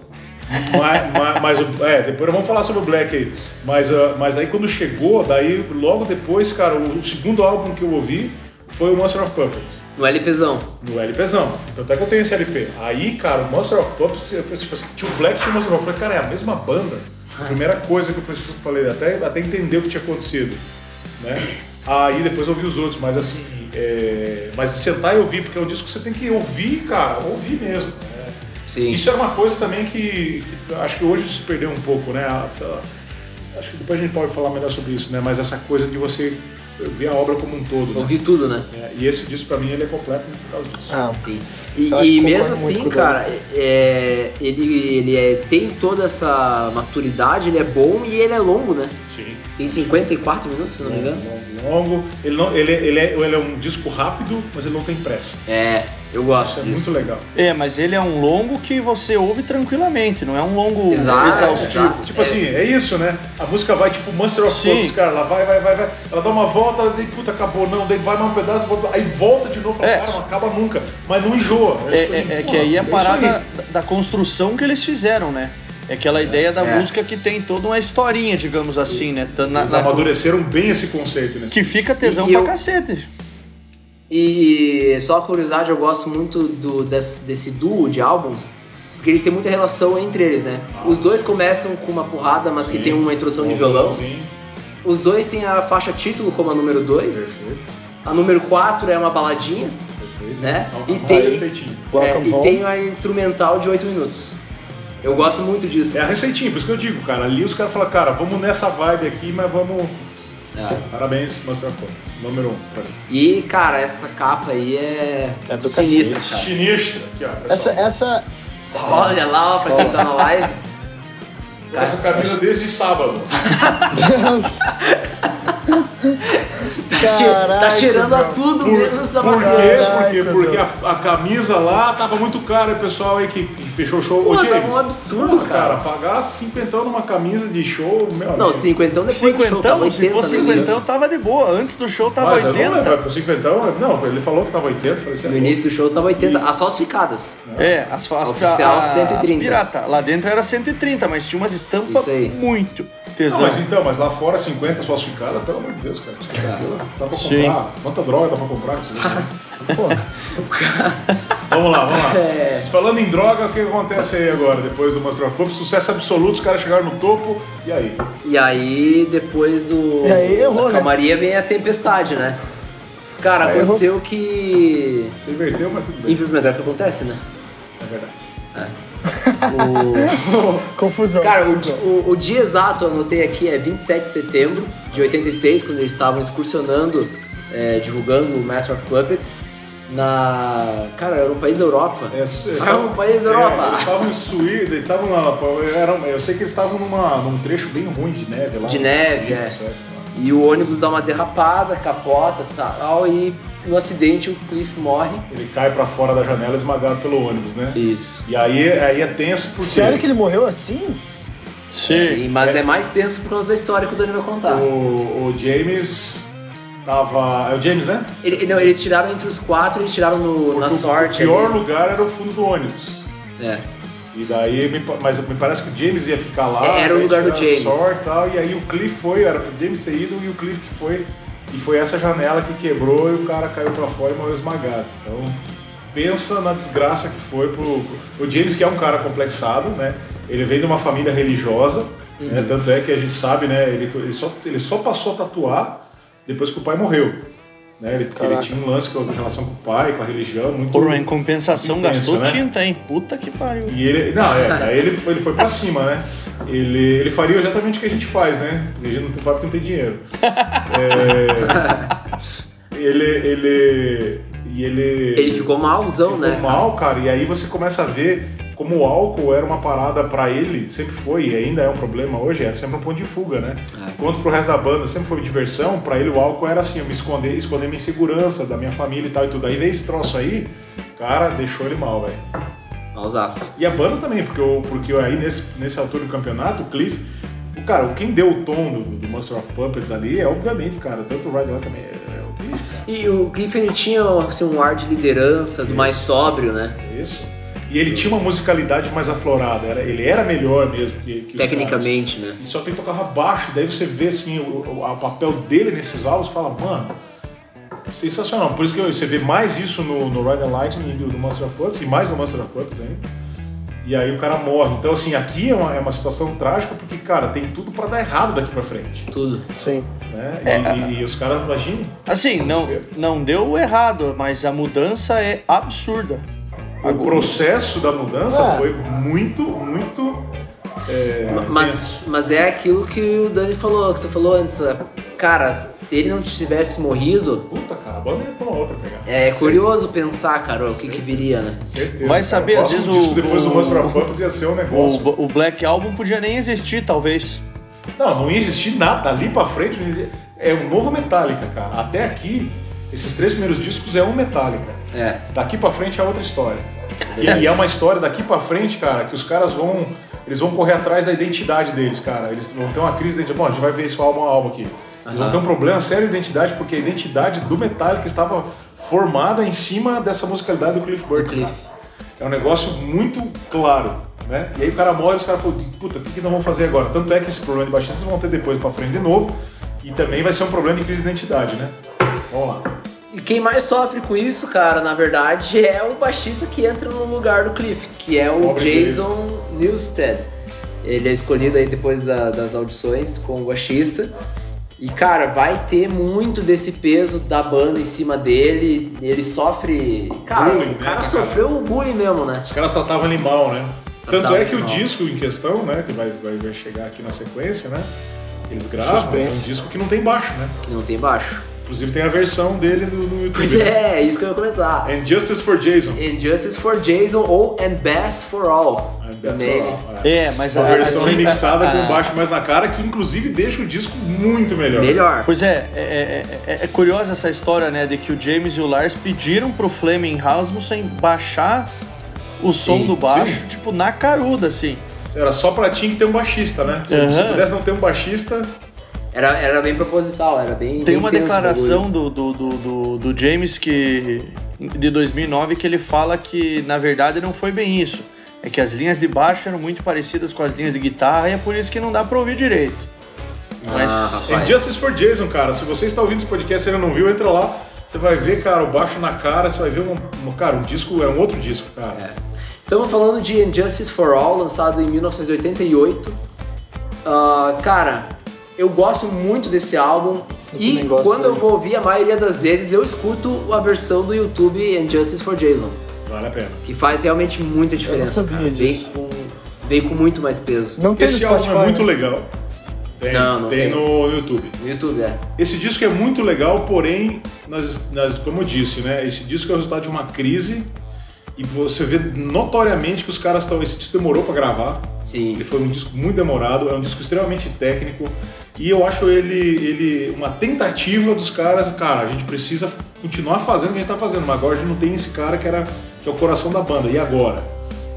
Speaker 3: mas, mas- mas o- é, depois nós vamos falar sobre o Black aí. Mas, ah, mas aí quando chegou, daí logo depois, cara, o, o segundo álbum que eu ouvi foi o Monster of Puppets.
Speaker 1: No LPzão.
Speaker 3: No LPzão. Tanto é que eu tenho esse LP. Aí, cara, o Monster of Puppets, eu pensei, tipo assim, tinha o Black e tinha o Monster of Puppets. Eu falei, cara, é a mesma banda. A primeira coisa que eu pensei- falei, até, até entender o que tinha acontecido. Né? Aí depois eu ouvi os outros, mas assim, é, mas sentar e ouvir, porque é um disco que você tem que ouvir, cara, ouvir mesmo. né?
Speaker 1: Sim.
Speaker 3: Isso era uma coisa também que, que acho que hoje se perdeu um pouco, né? A- a- Acho que depois a gente pode falar melhor sobre isso, né? Mas essa coisa de você ver a obra como um todo, né?
Speaker 1: Ouvi tudo, né?
Speaker 3: É, E esse disco pra mim ele é completo por causa disso.
Speaker 2: Ah,
Speaker 1: Sim. E,
Speaker 2: Eu acho
Speaker 1: e
Speaker 2: que
Speaker 1: mesmo
Speaker 2: concordo muito
Speaker 1: assim,
Speaker 2: com o
Speaker 1: cara, é, ele, ele é- tem toda essa maturidade, ele é bom e ele é longo, né?
Speaker 3: Sim. é um
Speaker 1: Tem 54 minutos,
Speaker 2: É.
Speaker 1: se não me engano.
Speaker 3: Longo. longo. Ele, não, ele, ele, é, ele é um disco rápido, mas ele não tem pressa.
Speaker 1: É, eu
Speaker 3: Isso
Speaker 1: gosto
Speaker 3: é
Speaker 1: disso.
Speaker 3: muito legal.
Speaker 4: É, mas ele é um longo que você ouve tranquilamente, não é um longo
Speaker 1: Exato,
Speaker 4: exaustivo.
Speaker 1: exato.
Speaker 3: Tipo assim, é isso, né? A música vai tipo Monster of
Speaker 4: Sim.
Speaker 3: Rock, os caras lá vai, vai, vai, vai. Ela dá uma volta, daí puta, acabou, não, daí vai mais um pedaço, volta, aí volta de novo, fala,
Speaker 4: É.
Speaker 3: cara, não acaba nunca. Mas não enjoa.
Speaker 4: É,
Speaker 3: isso
Speaker 4: é- é
Speaker 3: porra,
Speaker 4: que aí a
Speaker 3: isso
Speaker 4: parada
Speaker 3: aí.
Speaker 4: da- da construção que eles fizeram, né? É aquela ideia da
Speaker 1: É.
Speaker 4: música que tem toda uma historinha, digamos assim, né? Tá Na,
Speaker 3: Eles
Speaker 4: na-
Speaker 3: amadureceram bem esse conceito, né?
Speaker 4: que fica tesão
Speaker 1: E
Speaker 4: pra
Speaker 1: eu-
Speaker 4: cacete.
Speaker 1: E só uma curiosidade, eu gosto muito do, desse, desse duo de álbuns, porque eles têm muita relação entre eles, né? Os dois começam com uma porrada, mas que tem uma introdução de violão.
Speaker 3: Sim.
Speaker 1: Os dois têm a faixa título como a número 2. A número 4 é uma baladinha, né? E
Speaker 2: Então,
Speaker 3: É, a
Speaker 1: tem,
Speaker 3: receitinha.
Speaker 1: é,
Speaker 2: Welcome
Speaker 1: e
Speaker 2: Home.
Speaker 1: tem a instrumental de 8 minutos. Eu gosto muito disso.
Speaker 3: é a receitinha, por isso que eu digo, cara. Ali os caras falam, cara, vamos nessa vibe aqui, mas vamos.
Speaker 1: É.
Speaker 3: Parabéns, Monster of Rock. Número um, pra mim.
Speaker 1: E, cara, essa capa aí é,
Speaker 2: É do
Speaker 1: sinistra, cara. é-
Speaker 3: Sinistra. Aqui, ó, pessoal.
Speaker 2: Essa, essa,
Speaker 1: Olha lá, ó, pra quem tá na live.
Speaker 3: Essa camisa desde sábado.
Speaker 1: Tá, che- tá
Speaker 2: Caraca,
Speaker 1: cheirando a
Speaker 2: meu.
Speaker 1: tudo
Speaker 3: Por,
Speaker 1: menos a
Speaker 3: por quê?
Speaker 1: maciana.
Speaker 3: Por quê?
Speaker 2: Ai, meu
Speaker 3: Porque
Speaker 2: Deus.
Speaker 3: a, a camisa lá tava muito cara, e o pessoal aí que que fechou o show. Ô,
Speaker 1: Pô, tava
Speaker 3: James,
Speaker 1: um absurdo,
Speaker 3: porra,
Speaker 1: cara.
Speaker 3: Pagar cinquentão numa camisa de show, meu
Speaker 1: Não,
Speaker 3: amigo.
Speaker 1: cinquentão depois do show, tava né?
Speaker 4: Cinquentão,
Speaker 1: 80
Speaker 4: se fosse
Speaker 1: no
Speaker 4: cinquentão, tava de boa. Antes do show tava
Speaker 3: Mas eu não
Speaker 4: 80.
Speaker 3: levo pro cinquentão. Não, ele falou que tava 80, eu falei assim.
Speaker 1: No início do show tava 80, as falsificadas.
Speaker 4: É, as, as,
Speaker 1: Oficial,
Speaker 4: a- as
Speaker 1: 130.
Speaker 4: pirata. Lá dentro era 130, mas tinha umas estampas
Speaker 1: Isso aí.
Speaker 4: muito
Speaker 3: Não,
Speaker 1: é.
Speaker 4: tesão.
Speaker 3: mas então, mas lá fora 50 falsificada, pelo amor de Deus, cara. Dá pra comprar.
Speaker 4: Sim.
Speaker 3: Quanta droga dá pra comprar? com isso? Porra. vamos lá, vamos lá.
Speaker 1: É.
Speaker 3: Falando em droga, o que acontece aí agora, depois do Monster of Pop? Sucesso absoluto, os caras chegaram no topo, e aí?
Speaker 1: E aí, depois do.
Speaker 2: E aí errou,
Speaker 1: da
Speaker 2: né?
Speaker 1: calmaria vem a tempestade, né? Cara,
Speaker 2: Aí
Speaker 1: aconteceu que.
Speaker 3: Se inverteu, mas tudo bem,
Speaker 1: Enfim, mas é o que acontece, né?
Speaker 3: é verdade.
Speaker 1: O-
Speaker 2: confusão.
Speaker 1: Cara, o,
Speaker 2: confusão.
Speaker 1: o- o dia exato eu anotei aqui é 27 de setembro de 86, quando eles estavam excursionando, é, divulgando o Master of Puppets. Na. Cara, era um país da Europa.
Speaker 3: É, s- eles
Speaker 1: Ah,
Speaker 3: estavam-
Speaker 1: um país da
Speaker 3: é,
Speaker 1: Europa.
Speaker 3: Eles estavam em Suíça, eles estavam lá, eram, eu sei que eles estavam numa- num trecho bem ruim de neve lá.
Speaker 1: De
Speaker 3: na
Speaker 1: neve,
Speaker 3: Suíça,
Speaker 1: é.
Speaker 3: Suécia, lá.
Speaker 1: E o ônibus dá uma derrapada, capota e tal, e no acidente o Cliff morre.
Speaker 3: Ele cai pra fora da janela esmagado pelo ônibus, né?
Speaker 1: Isso.
Speaker 3: E aí, aí é tenso porque.
Speaker 2: Sério que ele morreu assim?
Speaker 4: Sim.
Speaker 1: Sim, mas é. mais tenso por causa da história que o Dani vai contar.
Speaker 3: O, o James tava. É o James, né?
Speaker 1: Ele- não, eles tiraram entre os quatro, eles tiraram no- na
Speaker 3: O-
Speaker 1: sorte.
Speaker 3: O pior
Speaker 1: ali.
Speaker 3: lugar era o fundo do ônibus.
Speaker 1: É.
Speaker 3: E daí, me pa- mas me parece que o James ia ficar lá.
Speaker 1: É, era o
Speaker 3: daí
Speaker 1: lugar do
Speaker 3: tiraram
Speaker 1: James.
Speaker 3: sorte e tal, e aí o Cliff foi, era pro James ter ido e o Cliff que foi. E foi essa janela que quebrou e o cara caiu pra fora e morreu esmagado. Então, pensa na desgraça que foi pro. O James, que é um cara complexado, né? Ele vem de uma família religiosa,
Speaker 1: Uhum.
Speaker 3: né? Tanto é que a gente sabe, né? Ele, ele só, ele só passou a tatuar depois que o pai morreu. Né? Ele, porque ele tinha um lance com, em relação com o pai, com a religião, muito.
Speaker 4: Por uma compensação
Speaker 3: Intenso,
Speaker 4: gastou
Speaker 3: né?
Speaker 4: tinta, hein? Puta que pariu.
Speaker 3: E ele. Não, é, daí ele, foi- ele foi pra cima, né? Ele, ele faria exatamente o que a gente faz, né? Porque A gente não tem papo que não tem dinheiro. É, ele. Ele. E ele.
Speaker 1: Ele ficou malzão, né?
Speaker 3: ficou mal, cara. E aí você começa a ver como o álcool era uma parada pra ele, sempre foi, e ainda é um problema hoje, é sempre um ponto de fuga, né?
Speaker 1: É.
Speaker 3: Enquanto pro resto da banda sempre foi diversão, pra ele o álcool era assim, eu me esconder, esconder minha insegurança da minha família e tal e tudo. Aí veio esse troço aí, cara, deixou ele mal, velho.
Speaker 1: Malzaço.
Speaker 3: E a banda também, porque, o, porque aí nesse, nessa altura do campeonato, o Cliff, o cara, quem deu o tom do, do Monster of Puppets ali é obviamente, cara, tanto o Ride lá também é, é o Cliff, cara.
Speaker 1: E o Cliff ele tinha assim, um ar de liderança, do mais sóbrio, né?
Speaker 3: É isso. E ele tinha uma musicalidade mais aflorada, era, ele era melhor mesmo que, que os caras.
Speaker 1: Tecnicamente, né?
Speaker 3: E só que ele tocava baixo, daí você vê assim, o, o- o papel dele nesses álbuns fala, mano, sensacional. Por isso que você vê mais isso no, no Ride the Lightning e do, do Monster of Puppets, e mais no Monster of Puppets ainda. E aí o cara morre. Então, assim, aqui é uma, é uma situação trágica, porque, cara, tem tudo pra dar errado daqui pra frente.
Speaker 1: Tudo.
Speaker 2: Sim.
Speaker 3: Né? E,
Speaker 1: É,
Speaker 3: e- e os caras, imagina.
Speaker 1: Assim,
Speaker 4: Assim, não, não deu errado, mas a mudança é absurda.
Speaker 3: O processo da mudança foi muito, muito. É,
Speaker 1: Mas,
Speaker 3: tenso.
Speaker 1: mas é aquilo que o Dani falou, que você falou antes. né? Cara, se ele não tivesse morrido,
Speaker 3: Puta, cara, a banda ia pra uma outra pegar.
Speaker 1: é curioso pensar, cara, o que, que viria, né?
Speaker 3: Certeza.
Speaker 4: Vai
Speaker 3: cara.
Speaker 4: saber, às
Speaker 3: próximo
Speaker 4: vezes, o-
Speaker 3: disco depois do
Speaker 4: o-
Speaker 3: Monster of Puppets ia ser um negócio.
Speaker 4: O, o Black Album podia nem existir, talvez.
Speaker 3: Não, não ia existir nada. Ali pra frente não ia- é um novo Metallica, cara. Até aqui, esses três primeiros discos é um Metallica.
Speaker 1: É.
Speaker 3: Daqui pra frente é outra história. E, e é uma história daqui pra frente, cara, que os caras vão. Eles vão correr atrás da identidade deles, cara. Eles vão ter uma crise de identidade. Bom, a gente vai ver isso álbum a álbum aqui. Eles vão ter um problema sério de identidade, porque a identidade do Metallica estava formada em cima dessa musicalidade do Cliff Burton.
Speaker 1: Cliff.
Speaker 3: cara. É um negócio muito claro, né? E aí o cara morre e os caras falam, puta, o que, que nós vamos fazer agora? Tanto é que esse problema de baixistas vão ter depois pra frente de novo. E também vai ser um problema de crise de identidade, né? Vamos lá.
Speaker 1: E quem mais sofre com isso, cara, na verdade, é o baixista que entra no lugar do Cliff, que é o
Speaker 3: Pobre
Speaker 1: Jason Newsted. Ele é escolhido aí depois da- das audições como baixista. E, cara, vai ter muito desse peso da banda em cima dele. Ele sofre. Cara,
Speaker 3: Bullying,
Speaker 1: o
Speaker 3: né,
Speaker 1: cara
Speaker 3: cara?
Speaker 1: sofreu o bullying mesmo, né?
Speaker 3: Os caras tratavam ele mal, né?
Speaker 1: Tratavam
Speaker 3: Tanto é que o
Speaker 1: mal.
Speaker 3: disco em questão, né, que vai, vai, vai chegar aqui na sequência, né? Eles gravam,
Speaker 2: Suspense.
Speaker 3: é um disco que não tem baixo, né?
Speaker 1: Que não tem baixo.
Speaker 3: Inclusive tem a versão dele no, no YouTube. né?
Speaker 1: Pois é, isso que eu ia comentar.
Speaker 3: And Justice for Jason.
Speaker 1: And Justice for Jason ou And Best for All.
Speaker 3: And that's
Speaker 1: Também.
Speaker 3: all, é.
Speaker 4: É, mas
Speaker 3: Uma
Speaker 4: a- Ah,
Speaker 3: versão
Speaker 4: aqui- tá.
Speaker 3: remixada
Speaker 4: a-
Speaker 3: com baixo mais na cara, que inclusive deixa o disco muito melhor.
Speaker 1: Melhor.
Speaker 4: Pois é, é, é- é- é curiosa essa história, né, de que o James e o Lars pediram pro Fleming Rasmussen baixar o som
Speaker 1: Sim,
Speaker 4: do baixo,
Speaker 3: sim.
Speaker 4: tipo, na caruda, assim.
Speaker 3: Era só pra tinha que ter um baixista, né? Se, se
Speaker 4: Aham.
Speaker 3: pudesse não ter um baixista,
Speaker 1: Era, era bem proposital, era bem.
Speaker 4: Tem
Speaker 1: bem
Speaker 4: uma
Speaker 1: tenso o
Speaker 4: declaração do, do, do, do- do James que de 2009 que ele fala que na verdade não foi bem isso. É que as linhas de baixo eram muito parecidas com as linhas de guitarra e é por isso que não dá pra ouvir direito.
Speaker 3: Ah,
Speaker 4: Mas
Speaker 1: Vai.
Speaker 3: And Justice for Jason, cara. Se você está ouvindo esse podcast e ainda não viu, entra lá. Você vai ver, cara, o baixo na cara, você vai ver um. um- Cara, um disco é um outro disco, cara.
Speaker 1: Estamos falando de Injustice for All, lançado em 1988. Ah, cara, eu gosto muito desse álbum.
Speaker 2: Eu
Speaker 1: e
Speaker 2: também gosto
Speaker 1: quando eu
Speaker 2: dele.
Speaker 1: vou ouvir, a maioria das vezes, eu escuto a versão do YouTube Injustice for Jason,
Speaker 3: Vale a pena.
Speaker 1: que faz realmente muita diferença.
Speaker 2: sabia
Speaker 1: cara. Vem
Speaker 2: disso.
Speaker 1: com, vem com muito mais peso.
Speaker 2: Não tem
Speaker 3: Esse
Speaker 2: no
Speaker 3: álbum
Speaker 2: Spotify. né?
Speaker 3: é muito legal. Tem,
Speaker 1: Não, não tem.
Speaker 3: no YouTube.
Speaker 1: No YouTube, é.
Speaker 3: Esse disco é muito legal, porém, nós, nós, como eu disse, né? Esse disco é o resultado de uma crise e você vê notoriamente que os caras estão. Esse disco demorou pra gravar. Ele
Speaker 1: Sim.
Speaker 3: foi um disco muito demorado, é um disco extremamente técnico e eu acho ele, ele uma tentativa dos caras, cara, a gente precisa continuar fazendo o que a gente tá fazendo, mas agora a gente não tem esse cara que, era, que é o coração da banda, e agora?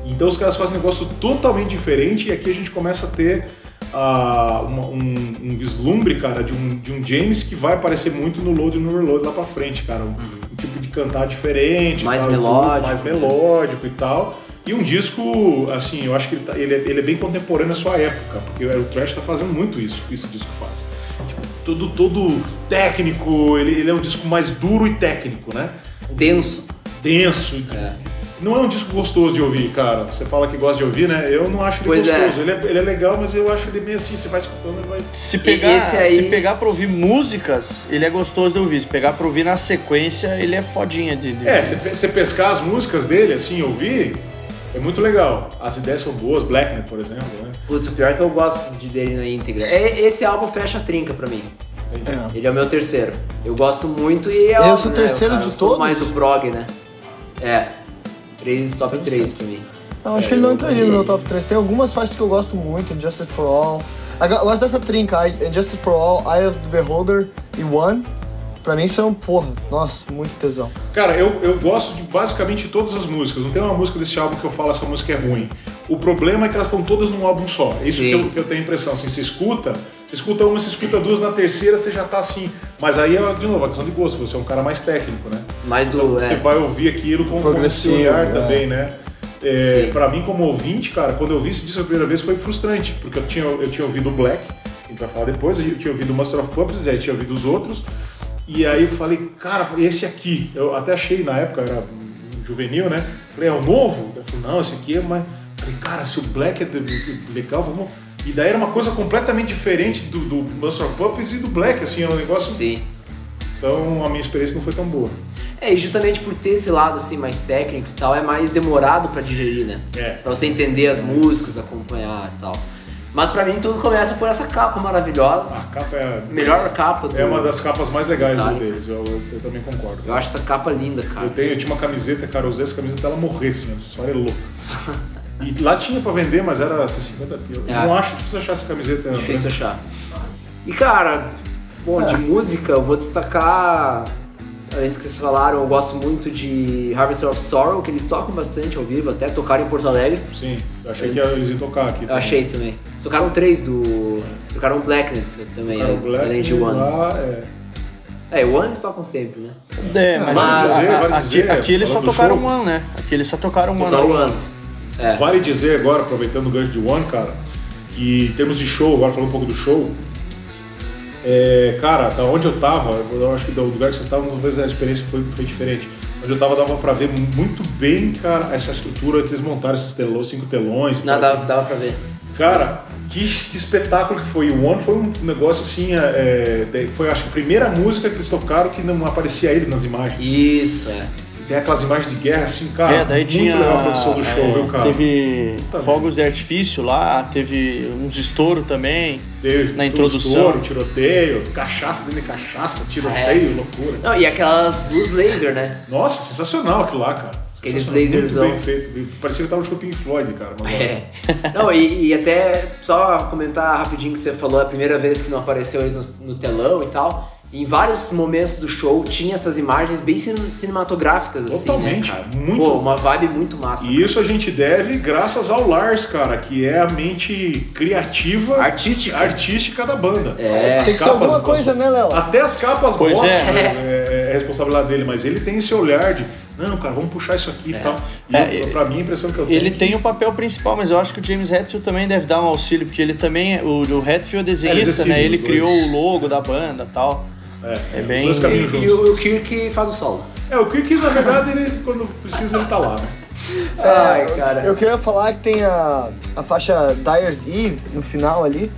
Speaker 3: Então os caras fazem um negócio totalmente diferente e aqui a gente começa a ter ah, uma- um, um vislumbre, cara, de um, de um James que vai aparecer muito no Load e no Reload lá pra frente, cara. Um, um tipo de cantar diferente.
Speaker 1: Mais
Speaker 3: tal, e tudo,
Speaker 1: melódico.
Speaker 3: um Mais melódico e tal. E um disco, assim, eu acho que ele, tá- ele é, ele é bem contemporâneo à sua época, porque o Trash tá fazendo muito isso que esse disco faz. Tipo, todo, todo técnico, ele, ele é um disco mais duro e técnico, né?
Speaker 1: Denso.
Speaker 3: Denso.
Speaker 1: É.
Speaker 3: Não é um disco gostoso de ouvir, cara. Você fala que gosta de ouvir, né? Eu não acho ele
Speaker 1: Pois é.
Speaker 3: gostoso. Ele, é, ele é legal, mas eu acho ele meio assim, você vai escutando ele vai.
Speaker 4: se pegar,
Speaker 1: esse aí-
Speaker 4: se pegar pra ouvir músicas, ele é gostoso de ouvir. Se pegar pra ouvir na sequência, ele é fodinha de. de-
Speaker 3: É, você pe- você pescar as músicas dele, assim, ouvir, é muito legal. As ideias são boas, Blackner, por exemplo, né?
Speaker 1: Putz, o pior é que eu gosto de- dele na íntegra. É- esse álbum fecha a trinca pra mim.
Speaker 2: É.
Speaker 1: Ele é o meu terceiro. Eu gosto muito e é
Speaker 2: Eu
Speaker 1: óbvio,
Speaker 2: sou o
Speaker 1: né,
Speaker 2: terceiro
Speaker 1: cara,
Speaker 2: de
Speaker 1: eu sou
Speaker 2: todos?
Speaker 1: mais do prog, né? É. Três top 3 pra mim.
Speaker 2: Eu acho que ele não entraria no meu top 3. Tem algumas faixas que eu gosto muito, Injustice for All. Agora, Eu gosto dessa trinca, I- Injustice for All, Eye of the Beholder e One. Pra mim são, porra, nossa, muito tesão.
Speaker 3: Cara, eu, eu gosto de basicamente todas as músicas. Não tem uma música desse álbum que eu falo essa música é ruim. O problema é que elas estão todas num álbum só. É isso que
Speaker 1: Sim.
Speaker 3: eu, que eu tenho a impressão. Assim, você escuta, você escuta uma, você escuta duas, na terceira você já tá assim. Mas aí, é, de novo, a questão de gosto. Você é um cara mais técnico, né?
Speaker 1: Mais do.
Speaker 3: Você
Speaker 1: É,
Speaker 3: vai ouvir aquilo com com esse
Speaker 2: Progressivo,
Speaker 3: olhar
Speaker 2: é.
Speaker 3: também, né? É,
Speaker 1: Sim.
Speaker 3: pra mim, como ouvinte, cara, quando eu vi esse disco a primeira vez foi frustrante, porque eu tinha, eu tinha ouvido o Black, a gente vai falar depois, eu tinha ouvido o Master of Puppets, aí tinha ouvido os outros, e aí eu falei, cara, esse aqui, eu até achei na época, eu era juvenil, né? Falei, é o novo? Eu falei, não, esse aqui é mais. Falei, cara, se o Black é de- legal, vamos. E daí era uma coisa completamente diferente do, do Master of Puppets e do Black, assim, era um negócio.
Speaker 1: sim.
Speaker 3: Então a minha experiência não foi tão boa.
Speaker 1: É, e justamente por ter esse lado assim mais técnico e tal, é mais demorado pra digerir, né?
Speaker 3: É.
Speaker 1: Pra você entender as músicas, acompanhar e tal. Mas pra mim tudo começa por essa capa maravilhosa.
Speaker 3: A capa é,
Speaker 1: Melhor capa do
Speaker 3: é uma das capas mais legais
Speaker 1: Metallica.
Speaker 3: deles, eu, eu- eu também concordo.
Speaker 1: Eu acho essa capa linda, cara.
Speaker 3: Eu, tenho, eu tinha uma camiseta, cara, eu usei essa camiseta até ela morrer, assim, essa história é louca. E lá tinha pra vender, mas era assim, 50 pila. Eu
Speaker 1: É.
Speaker 3: não acho difícil achar essa camiseta. né?
Speaker 1: Difícil achar. E cara, bom,
Speaker 3: É.
Speaker 1: de música eu vou destacar, além do que vocês falaram, eu gosto muito de Harvester of Sorrow, que eles tocam bastante ao vivo, até tocaram em Porto Alegre.
Speaker 3: Sim, eu achei que eles iam tocar aqui.
Speaker 1: Eu achei também. Tocaram três do. Tocaram Blacknet também, né?
Speaker 3: Cara, o Black
Speaker 1: além de One.
Speaker 3: lá, é.
Speaker 1: É, One eles tocam sempre, né?
Speaker 4: É, mas,
Speaker 1: Vale dizer,
Speaker 4: a- a-
Speaker 3: vale
Speaker 4: aqui,
Speaker 3: dizer, é,
Speaker 4: aqui eles só
Speaker 3: falando do
Speaker 4: tocaram
Speaker 3: show.
Speaker 4: um ano, né? Aqui eles só tocaram um
Speaker 1: Só
Speaker 4: ano.
Speaker 1: o One. É.
Speaker 3: Vale dizer agora, aproveitando o gancho de One, cara, que em termos de show, agora falando um pouco do show, é, cara, da onde eu tava, eu acho que do lugar que vocês estavam, talvez a experiência foi, foi diferente. Onde eu tava dava pra ver muito bem, cara, essa estrutura que eles montaram, esses telões, cinco telões.
Speaker 1: Não,
Speaker 3: tal.
Speaker 1: dava, dava pra ver.
Speaker 3: Cara, que, que espetáculo que foi. O One foi um negócio assim, é, é, foi acho que a primeira música que eles tocaram que não aparecia ele nas imagens.
Speaker 1: Isso, é.
Speaker 3: Tem aquelas imagens de guerra assim, cara,
Speaker 4: é, daí
Speaker 3: muito
Speaker 4: tinha.
Speaker 3: legal a produção do show,
Speaker 4: é,
Speaker 3: viu, cara?
Speaker 4: Teve
Speaker 3: Puta
Speaker 4: fogos de artifício lá, teve uns estouro também.
Speaker 3: Teve tudo
Speaker 4: Na introdução.
Speaker 3: estouro, tiroteio, cachaça dentro de cachaça,
Speaker 4: É.
Speaker 3: tiroteio, loucura.
Speaker 1: Não, e aquelas luz laser, né?
Speaker 3: Nossa, sensacional aquilo lá, cara.
Speaker 1: Aqueles
Speaker 3: Sensacional. Muito
Speaker 1: laserzão.
Speaker 3: bem feito. bem- Parecia que tava no Shopping Floyd, cara. Uma
Speaker 1: É. Não, e, e até só comentar rapidinho que você falou, é a primeira vez que não apareceu eles no, no telão e tal. Em vários momentos do show tinha essas imagens bem cin- cinematográficas, assim,
Speaker 3: Totalmente,
Speaker 1: né, cara?
Speaker 3: muito.
Speaker 1: Pô, uma vibe muito massa.
Speaker 3: E isso a gente deve graças ao Lars, cara, que é a mente criativa,
Speaker 1: Artística.
Speaker 3: artística da banda.
Speaker 1: É.
Speaker 3: As
Speaker 2: Tem que ser alguma coisa, né, Léo?
Speaker 3: Até as capas
Speaker 4: Pois
Speaker 3: mostram
Speaker 4: é.
Speaker 3: né, é, é responsabilidade dele, mas ele tem esse olhar de, não, cara, vamos puxar isso aqui e tal. E
Speaker 4: É,
Speaker 3: eu- pra mim a impressão que eu tenho.
Speaker 4: Ele
Speaker 3: é que
Speaker 4: tem o papel principal, mas eu acho que o James Hetfield também deve dar um auxílio, porque ele também, o, o Hetfield é
Speaker 3: É, eles
Speaker 4: desenhista,
Speaker 3: decidem
Speaker 4: né? Ele
Speaker 3: os dois.
Speaker 4: criou o logo da banda e tal. É,
Speaker 3: os
Speaker 4: bem-
Speaker 3: dois
Speaker 1: E,
Speaker 3: caminhos
Speaker 1: e
Speaker 3: juntos.
Speaker 1: o, o Kirk faz o solo.
Speaker 3: É, o Kirk, na verdade, ele, quando precisa, ele tá lá, né?
Speaker 1: Ai, cara.
Speaker 2: É, Eu queria falar que tem a, a faixa Dyer's Eve no final ali.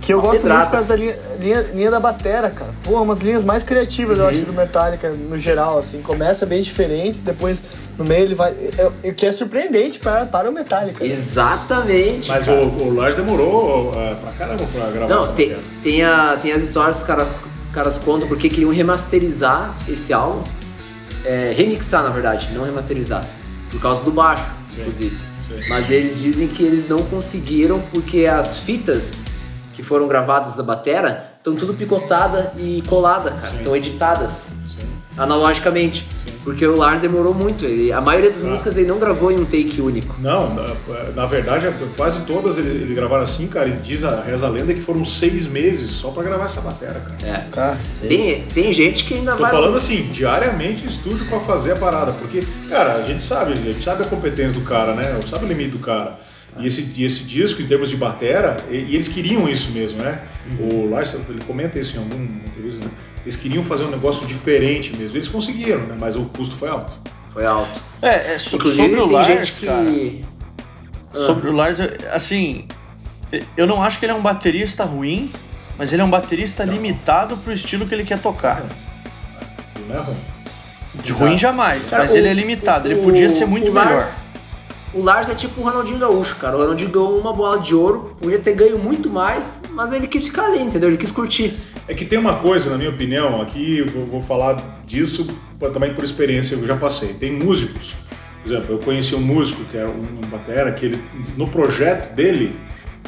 Speaker 2: Que eu
Speaker 1: Uma
Speaker 2: gosto
Speaker 1: pedrada.
Speaker 2: muito por causa da linha, linha, linha da batera, cara. Pô, umas linhas mais criativas,
Speaker 1: Uhum.
Speaker 2: eu acho, do Metallica no geral, assim. Começa bem diferente, depois no meio ele vai... é- é- O que é surpreendente para, para o Metallica. né?
Speaker 1: Exatamente.
Speaker 3: Mas o, o Lars demorou é, pra caramba pra gravar essa
Speaker 1: Não, tem,
Speaker 3: matéria.
Speaker 1: tem, a, tem as histórias que os cara- caras contam porque queriam remasterizar esse álbum. É, remixar, na verdade, não remasterizar. Por causa do baixo, inclusive. Mas eles dizem que eles não conseguiram porque as fitas que foram gravadas da batera estão tudo picotada e colada, cara. Estão editadas
Speaker 3: Sim.
Speaker 1: analogicamente. Porque o Lars demorou muito. Ele, a maioria das
Speaker 3: Ah.
Speaker 1: músicas ele não gravou em um take único.
Speaker 3: Não, na, na verdade, é, quase todas ele, ele gravaram assim, cara, e diz a, reza a lenda que foram seis meses só pra gravar essa matéria, cara.
Speaker 1: É.
Speaker 2: Cacete.
Speaker 1: Tem, tem gente que ainda
Speaker 3: Tô
Speaker 1: vai.
Speaker 3: falando assim, diariamente estúdio pra fazer a parada, porque, cara, a gente sabe, a gente sabe a competência do cara, né? Sabe o limite do cara. E esse, e esse disco, em termos de batera, e, e eles queriam isso mesmo, né? O Lars, ele comenta isso em algum entrevista, né? Eles queriam fazer um negócio diferente mesmo. Eles conseguiram, né? Mas o custo foi alto.
Speaker 1: Foi alto.
Speaker 4: É, é so-
Speaker 1: Inclusive,
Speaker 4: sobre o
Speaker 1: tem
Speaker 4: Lars,
Speaker 1: gente que. Ah.
Speaker 4: cara. Sobre o Lars, eu- assim, eu não acho que ele é um baterista ruim, mas ele é um baterista limitado pro estilo que ele quer tocar.
Speaker 3: Não é ruim.
Speaker 4: De ruim jamais,
Speaker 1: Cara,
Speaker 4: mas
Speaker 1: o-
Speaker 4: ele é limitado, ele
Speaker 1: o-
Speaker 4: podia ser muito
Speaker 1: o
Speaker 4: melhor.
Speaker 1: Lars- o Lars é tipo o Ronaldinho Gaúcho, cara. O Ronaldinho ganhou uma bola de ouro, podia ter ganho muito mais, mas ele quis ficar ali, entendeu? Ele quis curtir.
Speaker 3: É que tem uma coisa, na minha opinião, aqui eu vou- vou falar disso pra- também por experiência que eu já passei. Tem músicos, por exemplo, eu conheci um músico que era um, um batera, que ele, no projeto dele,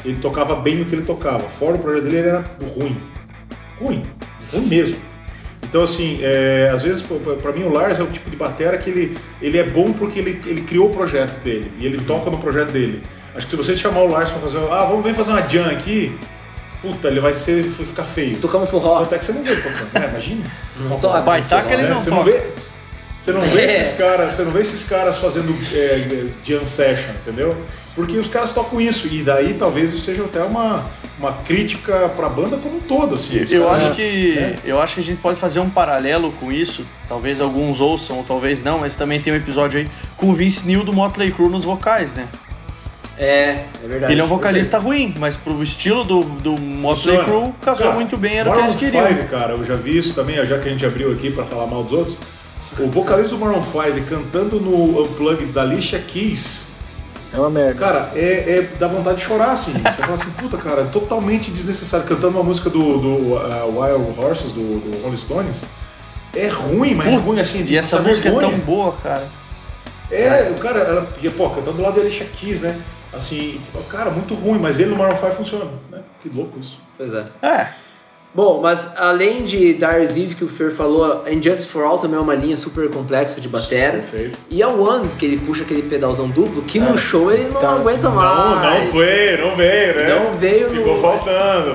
Speaker 3: ele tocava bem o que ele tocava. Fora o projeto dele, ele era ruim. Ruim. Ruim mesmo. Então, assim, é, às vezes, pô, pra- pra mim, o Lars é o tipo de batera que ele, ele é bom porque ele, ele criou o projeto dele e ele toca no projeto dele. Acho que se você chamar o Lars pra fazer, ah, vamos vir fazer uma jam aqui, puta, ele vai ser, vai ficar feio.
Speaker 1: Tocar um forró.
Speaker 3: Até que você não vê ele tocando, né? Imagina. Uma
Speaker 1: toca.
Speaker 3: foto,
Speaker 4: Vai, tá que ele
Speaker 3: né?
Speaker 4: não
Speaker 3: Você não
Speaker 4: toca.
Speaker 3: vê. Você não vê esses caras, você não vê esses caras fazendo é, jam session, entendeu? Porque os caras tocam isso e daí talvez isso seja até uma, uma crítica pra banda como um todo, assim. Os
Speaker 4: Eu
Speaker 3: caras-
Speaker 4: acho que
Speaker 3: né?
Speaker 4: eu acho que a gente pode fazer um paralelo com isso. Talvez alguns ouçam, ou talvez não, mas também tem um episódio aí com o Vince Neil do Motley Crue nos vocais, né?
Speaker 1: É, é verdade.
Speaker 4: Ele é um vocalista ruim, mas pro estilo do, do Motley
Speaker 3: Funciona.
Speaker 4: Crue casou
Speaker 3: Cara,
Speaker 4: muito bem, era o que
Speaker 3: Maroon
Speaker 4: eles queriam.
Speaker 3: five, cara, eu já vi isso também, já que a gente abriu aqui pra falar mal dos outros. O vocalista do Maroon 5 cantando no Unplugged da Alicia Keys,
Speaker 2: É uma merda.
Speaker 3: cara, é, é- dá vontade de chorar, assim. Você fala assim, puta, cara, é totalmente desnecessário. Cantando uma música do, do ah, Wild Horses, do, do Rolling Stones, é ruim, mas é ruim, assim, de
Speaker 4: E essa
Speaker 3: passar
Speaker 4: música é tão
Speaker 3: vergonha.
Speaker 4: boa, cara.
Speaker 3: É, o cara, ela, e, pô, cantando do lado da Alicia Keys, né? Assim, cara, muito ruim, mas ele no Maroon 5 funciona, né? Que louco isso.
Speaker 1: Pois é.
Speaker 4: É,
Speaker 1: Bom, mas além de Darius Eve, que o Fer falou, Injustice for All também é uma linha super complexa de batera.
Speaker 3: Perfeito.
Speaker 1: E a One, que ele puxa aquele pedalzão duplo, que no show ele não
Speaker 2: tá.
Speaker 1: aguenta
Speaker 3: Não,
Speaker 4: Ah,
Speaker 1: mais.
Speaker 3: não foi, não veio, né?
Speaker 1: Não veio no-
Speaker 3: Ficou faltando,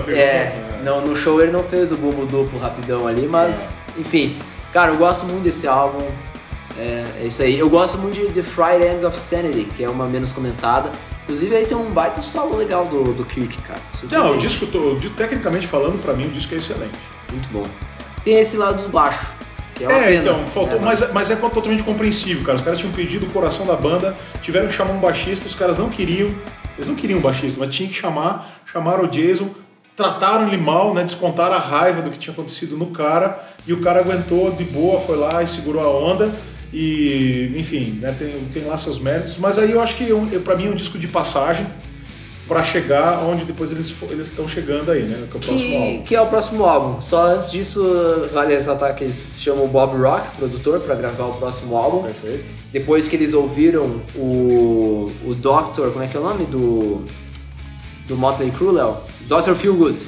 Speaker 3: ficou faltando.
Speaker 1: É, não, no show ele não fez o bumbo duplo rapidão ali, mas
Speaker 3: É.
Speaker 1: enfim. Cara, eu gosto muito desse álbum. É, é isso aí. Eu gosto muito de The Fried Ends of Sanity, que é uma menos comentada. Inclusive aí tem um baita solo legal do, do Kirk, cara. é Super
Speaker 3: Não,
Speaker 1: bem.
Speaker 3: o disco, to- o disco, tecnicamente falando, pra mim, o disco é excelente.
Speaker 1: Muito bom. Tem esse lado do baixo, que é uma
Speaker 3: É,
Speaker 1: pena.
Speaker 3: então, faltou,
Speaker 1: né,
Speaker 3: mas, mas é totalmente compreensível, cara. Os caras tinham pedido o coração da banda, tiveram que chamar um baixista, os caras não queriam. Eles não queriam um baixista, mas tinham que chamar, chamaram o Jason, trataram ele mal, né? Descontaram a raiva do que tinha acontecido no cara, e o cara aguentou de boa, foi lá e segurou a onda. E, enfim, né, tem, tem lá seus méritos. Mas aí eu acho que eu, eu- pra mim é um disco de passagem pra chegar onde depois eles fo- eles estão chegando aí, né? Que é o próximo
Speaker 1: que,
Speaker 3: álbum.
Speaker 1: que é o próximo álbum. Só antes disso, vale ressaltar que eles chamam o Bob Rock, produtor, pra gravar o próximo álbum.
Speaker 3: Perfeito.
Speaker 1: Depois que eles ouviram o, o Doctor, como é que é o nome do do Motley Crue, Léo? Dr. Feelgood.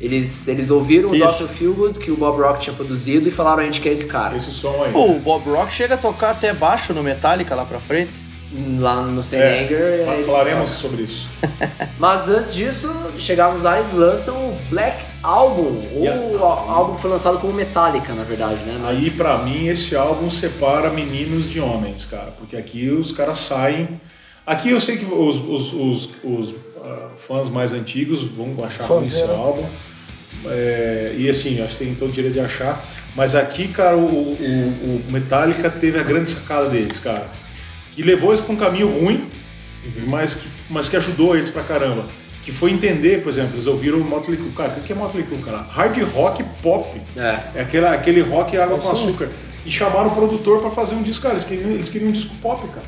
Speaker 1: Eles, eles ouviram
Speaker 4: Isso.
Speaker 1: o Dr. Feelgood que o Bob Rock tinha produzido e falaram a gente quer esse cara.
Speaker 3: Esse som aí.
Speaker 4: pô, o Bob Rock chega a tocar até baixo no Metallica lá pra frente.
Speaker 1: Lá no Saint
Speaker 3: É,
Speaker 1: Anger.
Speaker 3: fa-
Speaker 1: ele- "Tá."
Speaker 3: falaremos sobre isso.
Speaker 1: Mas antes disso, chegamos lá, eles lançam o Black Album, ou
Speaker 3: Yeah.
Speaker 1: o á- álbum que foi lançado como Metallica, na verdade, né? Mas-
Speaker 3: Aí, pra mim, esse álbum separa meninos de homens, cara. Porque aqui os caras saem. Aqui eu sei que os, os- os- os, ah, fãs mais antigos vão achar ruim esse
Speaker 2: Fãzera.
Speaker 3: álbum. É, e assim, acho que tem todo o direito de achar. Mas aqui, cara, o, o- o Metallica teve a grande sacada deles, cara. Que levou eles pra um caminho ruim, mas, que, mas que ajudou eles pra caramba. Que foi entender, por exemplo, eles ouviram o Motley Crue. Cara, o que é Motley Crue, cara? Hard rock pop.
Speaker 1: É.
Speaker 3: É aquele, aquele rock e água com açúcar. E chamaram o produtor pra fazer um disco, cara. Eles queriam, eles queriam um disco pop, cara.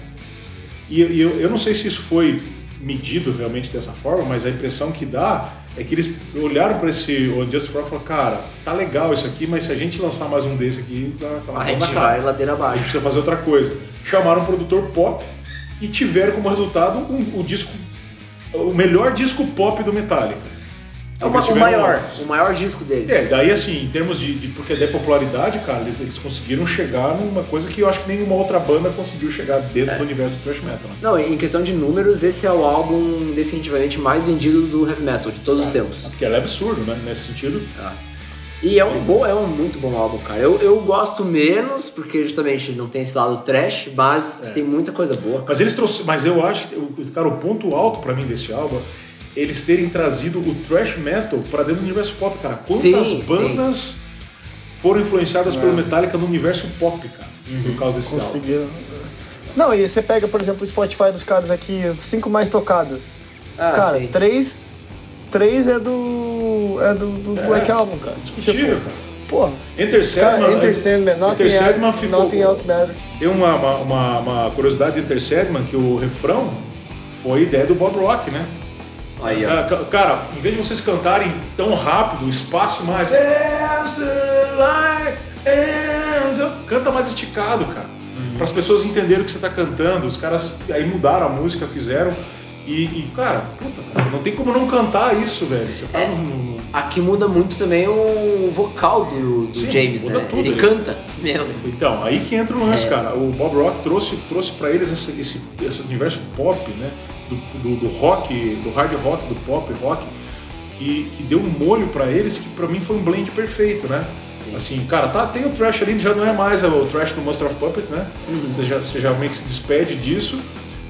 Speaker 3: E, eu- e eu, eu não sei se isso foi medido realmente dessa forma, mas a impressão que dá é que eles olharam pra esse o Just For All e falaram, cara, tá legal isso aqui, mas se a gente lançar mais um desse aqui, tá, tá
Speaker 1: a
Speaker 3: bom na
Speaker 1: gente
Speaker 3: cara.
Speaker 1: vai ladeira
Speaker 3: A gente
Speaker 1: abaixo.
Speaker 3: precisa fazer outra coisa. Chamaram um produtor pop e tiveram como resultado um- o disco, o melhor disco pop do Metallica.
Speaker 1: É uma-
Speaker 3: Eles
Speaker 1: o
Speaker 3: tiveram
Speaker 1: maior,
Speaker 3: outros.
Speaker 1: o maior disco deles.
Speaker 3: É, daí assim, em termos de, de- porque da popularidade, cara, eles, eles conseguiram chegar numa coisa que eu acho que nenhuma outra banda conseguiu chegar
Speaker 1: É.
Speaker 3: dentro do universo do thrash metal. Né?
Speaker 1: Não, em questão de números, esse é o álbum definitivamente mais vendido do heavy metal de todos os tempos.
Speaker 3: Porque ela é absurdo, né? Nesse sentido.
Speaker 1: E é um bom, é um muito bom álbum, cara. Eu, eu gosto menos, porque justamente não tem esse lado trash, mas tem muita coisa boa.
Speaker 3: Mas eles trouxeram, mas eu acho, que o- cara, o ponto alto pra mim desse álbum é eles terem trazido o thrash metal pra dentro do universo pop, cara. Quantas
Speaker 1: Sim,
Speaker 3: bandas foram influenciadas pelo Metallica no universo pop, cara, por causa desse álbum.
Speaker 2: Conseguiram. Não, e você pega, por exemplo, o Spotify dos caras aqui, as cinco mais tocadas.
Speaker 1: Ah,
Speaker 2: cara,
Speaker 1: sim.
Speaker 2: três. Três é do. É do, do Black Album, cara.
Speaker 3: Discutível,
Speaker 2: Tipo,
Speaker 3: cara.
Speaker 2: Porra.
Speaker 3: Enter Sandman,
Speaker 2: cara, Enter Sandman, Nothing,
Speaker 3: Enter Sandman
Speaker 2: else,
Speaker 3: ficou,
Speaker 2: nothing else Matters.
Speaker 3: Tem uma, uma, uma- uma curiosidade de Enter Sandman, que o refrão foi ideia do Bob Rock, né?
Speaker 1: Aí, ó.
Speaker 3: Ah, ca- Cara, em vez de vocês cantarem tão rápido, um espaço mais. "É, "As the light and-" Canta mais esticado, cara.
Speaker 1: Uhum.
Speaker 3: Para as pessoas entenderem o que você tá cantando. Os caras aí mudaram a música, fizeram. E, e, cara, puta, cara, não tem como não cantar isso, velho. Você tá
Speaker 1: É.
Speaker 3: no- no- no-
Speaker 1: Aqui muda muito também o vocal do, do
Speaker 3: Sim,
Speaker 1: James,
Speaker 3: muda
Speaker 1: né?
Speaker 3: tudo,
Speaker 1: ele
Speaker 3: ele-
Speaker 1: canta mesmo.
Speaker 3: Então, aí que entra o lance, cara. O Bob Rock trouxe, trouxe para eles esse, esse, esse universo pop, né? Do, do- do rock, do hard rock, do pop rock, que, que deu um molho para eles que para mim foi um blend perfeito, né? Assim, cara, tá, tem o trash ali, já não é mais o trash do Monster of Puppets, né? Você, já, você já meio que se despede disso.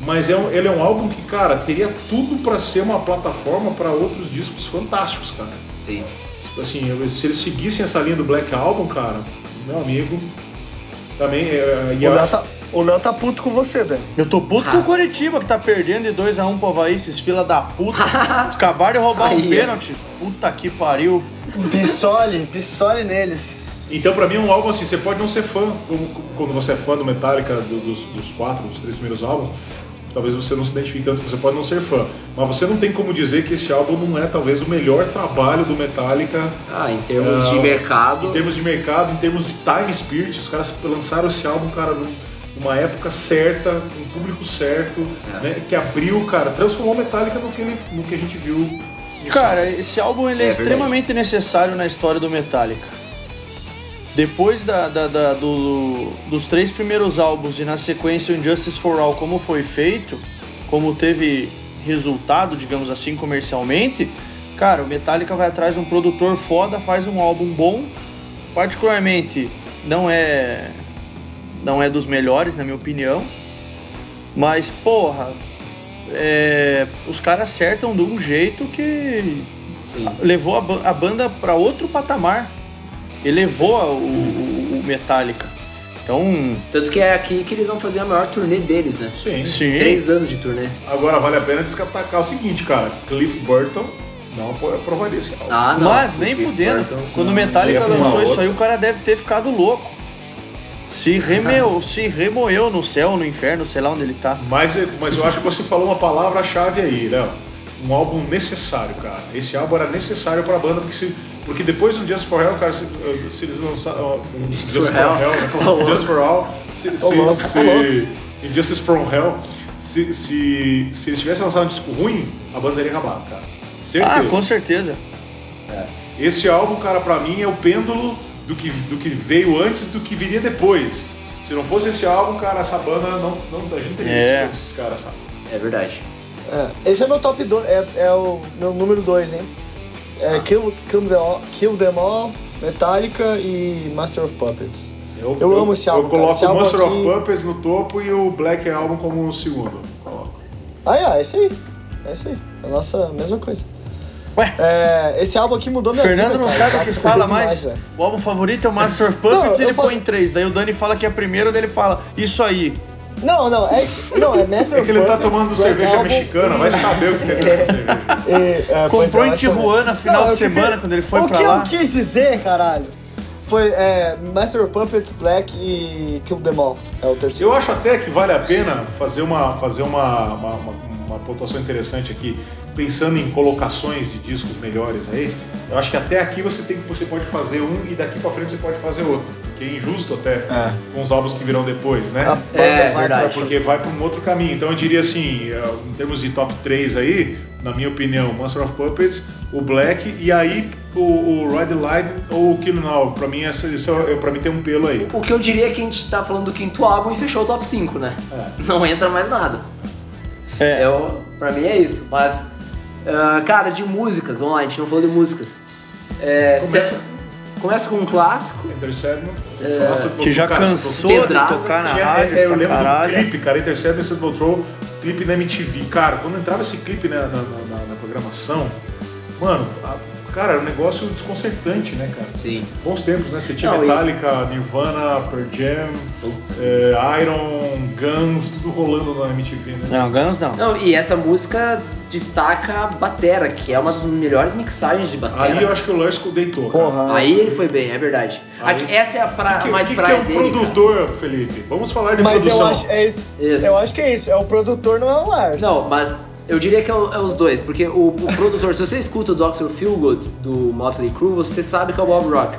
Speaker 3: Mas é um- ele é um álbum que, cara, teria tudo para ser uma plataforma para outros discos fantásticos, cara.
Speaker 1: Sim.
Speaker 3: Assim, eu- se eles seguissem essa linha do Black Album, cara, meu amigo, também é,
Speaker 2: O
Speaker 3: e eu
Speaker 2: Léo
Speaker 3: acho-
Speaker 2: tá, o Léo tá puto com você, velho.
Speaker 4: Eu tô puto com o Coritiba que tá perdendo de 2x1 pro Havaí, esses fila da puta. Acabaram de roubar
Speaker 1: Aí,
Speaker 4: um
Speaker 1: ó.
Speaker 4: pênalti. Puta que pariu.
Speaker 2: Bissole, bissole neles.
Speaker 3: Então, pra mim, é um álbum assim, você pode não ser fã, como quando você é fã do Metallica, do- dos, dos quatro, dos três primeiros álbuns, talvez você não se identifique tanto, você pode não ser fã, mas você não tem como dizer que esse álbum não é talvez o melhor trabalho do Metallica
Speaker 1: Ah, em termos de
Speaker 3: Ah,
Speaker 1: mercado.
Speaker 3: em termos de mercado, em termos de time spirit, os caras lançaram esse álbum, cara, num- numa época certa, um público certo,
Speaker 1: É.
Speaker 3: né, que abriu, cara, transformou Metallica no que, ele- no que a gente viu. no
Speaker 4: Cara, esse álbum ele é,
Speaker 1: É verdade.
Speaker 4: extremamente necessário na história do Metallica. Depois da- da- da- do- dos três primeiros álbuns e na sequência o Injustice for All, como foi feito, como teve resultado, digamos assim, comercialmente, cara, o Metallica vai atrás de um produtor foda, faz um álbum bom, particularmente não é não é dos melhores, na minha opinião, mas porra, é, os caras acertam de um jeito que
Speaker 1: Sim.
Speaker 4: levou a, ba- a banda para outro patamar. Elevou a- o, o- o Metallica. Então,
Speaker 1: Tanto que é aqui que eles vão fazer a maior turnê deles, né?
Speaker 3: Sim.
Speaker 4: sim.
Speaker 1: Três anos de turnê.
Speaker 3: Agora vale a pena descatacar o seguinte, cara, Cliff Burton não apro- aprovaria esse álbum.
Speaker 1: Ah, não. então,
Speaker 4: Mas nem
Speaker 1: Cliff
Speaker 4: fudendo.
Speaker 1: Burton.
Speaker 4: Quando o Metallica
Speaker 3: ia pra uma
Speaker 4: lançou isso
Speaker 3: outra.
Speaker 4: aí, o cara deve ter ficado louco. Se remeu, se remoeu no céu, no inferno, sei lá onde ele tá.
Speaker 3: Mas, é, mas eu acho que você falou uma palavra-chave aí, Léo. Um álbum necessário, cara. Esse álbum era necessário pra banda, porque, se, porque depois do Just for Hell, cara, se, uh, se eles lançaram. Uh, Just,
Speaker 1: for Hell.
Speaker 3: né? Just for All. Se, se,
Speaker 2: Ô, louco,
Speaker 3: se-
Speaker 2: ô,
Speaker 3: Injustice from Hell. Se, se, se eles tivessem lançado um disco ruim, a banda teria acabado, cara.
Speaker 4: Ah,
Speaker 3: Certeza.
Speaker 4: com certeza.
Speaker 3: Esse álbum, cara, pra mim é o pêndulo do que, do que veio antes do que viria depois. Se não fosse esse álbum, cara, essa banda não, não, a gente não teria
Speaker 4: É.
Speaker 3: visto esses caras, sabe?
Speaker 1: É verdade.
Speaker 2: É, esse é meu top 2, é, é o meu número 2, hein? É Kill, Kill, Them All, Kill Them All, Metallica e Master of Puppets. Eu, amo esse álbum.
Speaker 3: Eu
Speaker 2: cara.
Speaker 3: coloco
Speaker 2: Esse
Speaker 3: o
Speaker 2: álbum
Speaker 3: Monster
Speaker 2: aqui-
Speaker 3: of Puppets no topo e o Black Album como o segundo. Coloco.
Speaker 2: Ah, é, é isso aí. É isso aí. É a nossa mesma coisa.
Speaker 4: Ué.
Speaker 2: É, esse álbum aqui mudou minha
Speaker 4: Fernando
Speaker 2: vida.
Speaker 4: não
Speaker 2: cara.
Speaker 4: sabe o
Speaker 2: Esse
Speaker 4: que
Speaker 2: álbum
Speaker 4: fala
Speaker 2: foi demais,
Speaker 4: mais.
Speaker 2: velho.
Speaker 4: O álbum favorito é o Master of Puppets
Speaker 2: Não,
Speaker 4: ele
Speaker 2: eu falo-
Speaker 4: põe três. Daí o Dani fala que é primeiro, daí ele fala, isso aí.
Speaker 2: Não, não, é, isso- não, é Master
Speaker 3: É
Speaker 2: of
Speaker 3: que ele tá
Speaker 2: Puppets, É um
Speaker 3: tomando
Speaker 2: Black
Speaker 3: cerveja
Speaker 2: Album
Speaker 3: mexicana,
Speaker 2: e-
Speaker 3: vai saber o que tem nessa cerveja.
Speaker 2: e, é, pois
Speaker 4: Comprou
Speaker 2: é,
Speaker 4: em
Speaker 2: vai saber.
Speaker 4: Tijuana final
Speaker 2: Não,
Speaker 4: de
Speaker 2: eu
Speaker 4: semana,
Speaker 2: fiquei-
Speaker 4: quando ele foi
Speaker 2: o
Speaker 4: pra
Speaker 2: que
Speaker 4: lá.
Speaker 2: eu quis dizer, caralho? Foi é, Master of Puppets, Black e Kill Them All. É o terceiro.
Speaker 3: Eu acho até que vale a pena fazer uma, fazer uma, uma, uma, uma pontuação interessante aqui, pensando em colocações de discos melhores aí. Eu acho que até aqui você, tem, você pode fazer um e daqui pra frente você pode fazer outro. Que é injusto até com os álbuns que virão depois, né?
Speaker 2: A banda
Speaker 1: É,
Speaker 2: vai
Speaker 1: verdade.
Speaker 2: pra-
Speaker 3: Porque vai para um outro caminho. Então eu diria assim, eh, em termos de top 3 aí, na minha opinião, Monster of Puppets, o Black e aí o, o Ride the Light ou o Kill Now. Pra mim, essa, isso é- pra mim tem um pelo aí.
Speaker 1: O que eu diria é que a gente tá falando do quinto álbum e fechou o top 5, né?
Speaker 3: É.
Speaker 1: Não entra mais nada.
Speaker 4: É.
Speaker 1: Eu, pra mim é isso. Mas, ah, cara, de músicas, vamos lá, a gente não falou de músicas. É,
Speaker 3: Começa.
Speaker 1: se- começa com um clássico.
Speaker 3: Intercedno. Nossa,
Speaker 4: Que já
Speaker 3: um cara,
Speaker 4: cansou de
Speaker 1: pedrada.
Speaker 4: tocar na
Speaker 3: Tinha- é,
Speaker 4: rádio,
Speaker 3: é, eu
Speaker 4: essa
Speaker 3: lembro
Speaker 4: caralho.
Speaker 3: do clipe, cara, Intercept Acid Control, clipe na MTV. Cara, quando entrava esse clipe né, na, na- na- na- na programação, mano, a- cara, era um negócio desconcertante, né, cara?
Speaker 1: Sim.
Speaker 3: Bons tempos, né? Você tinha
Speaker 1: Não, e-
Speaker 3: Metallica, Nirvana, Pearl Jam, é, Iron, Guns, tudo rolando na MTV, né?
Speaker 4: Não, Guns não.
Speaker 1: Não, e essa música destaca a batera, que é uma das melhores mixagens de batera.
Speaker 3: Aí eu acho que o Lursko deitou, cara.
Speaker 2: Porra.
Speaker 1: Aí ele foi bem, é verdade.
Speaker 3: Aí-
Speaker 1: Aqui- essa é a pra,
Speaker 3: Que,
Speaker 1: mais
Speaker 3: que, que é
Speaker 1: praia
Speaker 3: o
Speaker 1: dele. cara.
Speaker 3: produtor, Felipe? Vamos falar de
Speaker 2: Mas eu
Speaker 3: produção.
Speaker 2: acho, é isso,
Speaker 1: Isso.
Speaker 2: eu acho que é isso. É o produtor, não é o Lars.
Speaker 1: Não, mas eu diria que é, o- é os dois, porque o, o produtor, se você escuta o Dr. Feelgood do Motley Crue, você sabe que é o Bob Rock.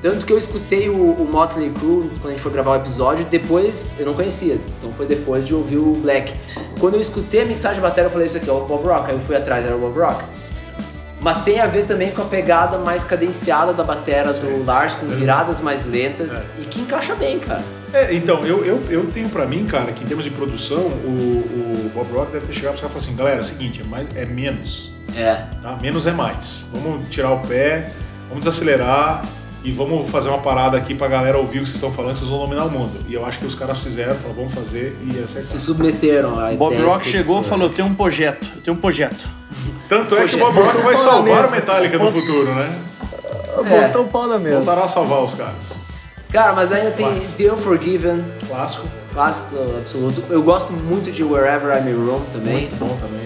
Speaker 1: Tanto que eu escutei o, o Motley Crue quando a gente foi gravar o episódio, depois eu não conhecia, então foi depois de ouvir o Black. Quando eu escutei a mixagem de bateria, eu falei isso aqui é o Bob Rock, aí eu fui atrás, era o Bob Rock. Mas tem a ver também com a pegada mais cadenciada da batera do Lars, com viradas mais lentas, e que encaixa bem, cara.
Speaker 3: É, então, eu, eu, eu tenho pra mim, cara, que em termos de produção, o, o Bob Rock deve ter chegado para e falar assim, galera, é o seguinte, é, mais, é menos,
Speaker 1: É,
Speaker 3: tá? Menos é mais. Vamos tirar o pé, vamos desacelerar e vamos fazer uma parada aqui pra galera ouvir o que vocês estão falando, vocês vão dominar o mundo. E eu acho que os caras fizeram, falaram, vamos fazer e é
Speaker 1: se
Speaker 3: acertaram.
Speaker 1: submeteram à
Speaker 4: Bob
Speaker 1: ideia do
Speaker 4: Rock chegou e
Speaker 1: produtor.
Speaker 4: falou: tem um projeto, tem um projeto.
Speaker 3: Tanto é que o
Speaker 1: Poxa,
Speaker 3: Bob Rock vai
Speaker 2: botou na
Speaker 3: salvar o
Speaker 2: mesa.
Speaker 3: Metallica no futuro, né?
Speaker 1: é.
Speaker 2: Botou o pau na mesa.
Speaker 3: Voltará a salvar os caras.
Speaker 1: Cara, mas ainda tem
Speaker 3: Clássico.
Speaker 1: The Unforgiven,
Speaker 3: Clássico,
Speaker 1: clássico absoluto. Eu gosto muito de Wherever I May Roam também.
Speaker 3: bom também.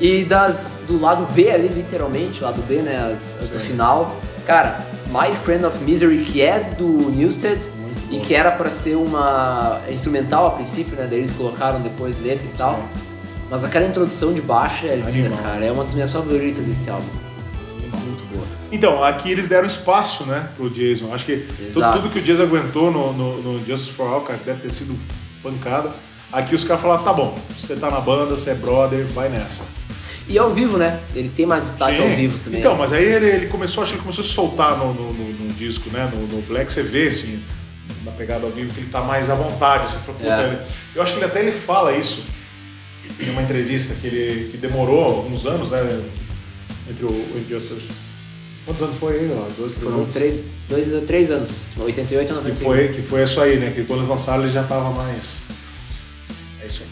Speaker 1: E das do lado B ali, literalmente, lado B, né? As, as do final. Cara, My Friend of Misery, que é do Newsted
Speaker 3: Muito
Speaker 1: e
Speaker 3: bom.
Speaker 1: que era pra ser uma instrumental a princípio, né? Daí eles colocaram depois letra e tal. Mas aquela introdução de baixa é linda,
Speaker 3: Animal.
Speaker 1: cara. É uma das minhas favoritas desse álbum.
Speaker 3: Muito boa. Então, aqui eles deram espaço, né, pro Jason. Acho que tu-
Speaker 1: Exato.
Speaker 3: tudo que o Jason aguentou no, no, no Justice for All, cara, deve ter sido pancada. Aqui os caras falaram, tá bom, você tá na banda, você é brother, vai nessa.
Speaker 1: E ao vivo, né? Ele tem mais destaque ao
Speaker 3: Sim.
Speaker 1: vivo também. né?
Speaker 3: Então, mas aí ele, ele começou, acho que ele começou a se soltar no, no- no- no disco, né? No, no Black, você vê, assim, na pegada ao vivo, que ele tá mais à vontade. Você fala, puta,
Speaker 1: É.
Speaker 3: ele- Eu acho que ele até ele fala isso em uma entrevista que ele que demorou uns anos, né? Entre o, o Injustice. Quantos anos foi aí? ó? Dois, três
Speaker 1: Foram
Speaker 3: anos.
Speaker 1: três, dois, ou três anos, 88 a
Speaker 3: Que
Speaker 1: 91.
Speaker 3: foi, que foi isso aí, né? Que quando eles lançaram ele já tava mais. É isso aí.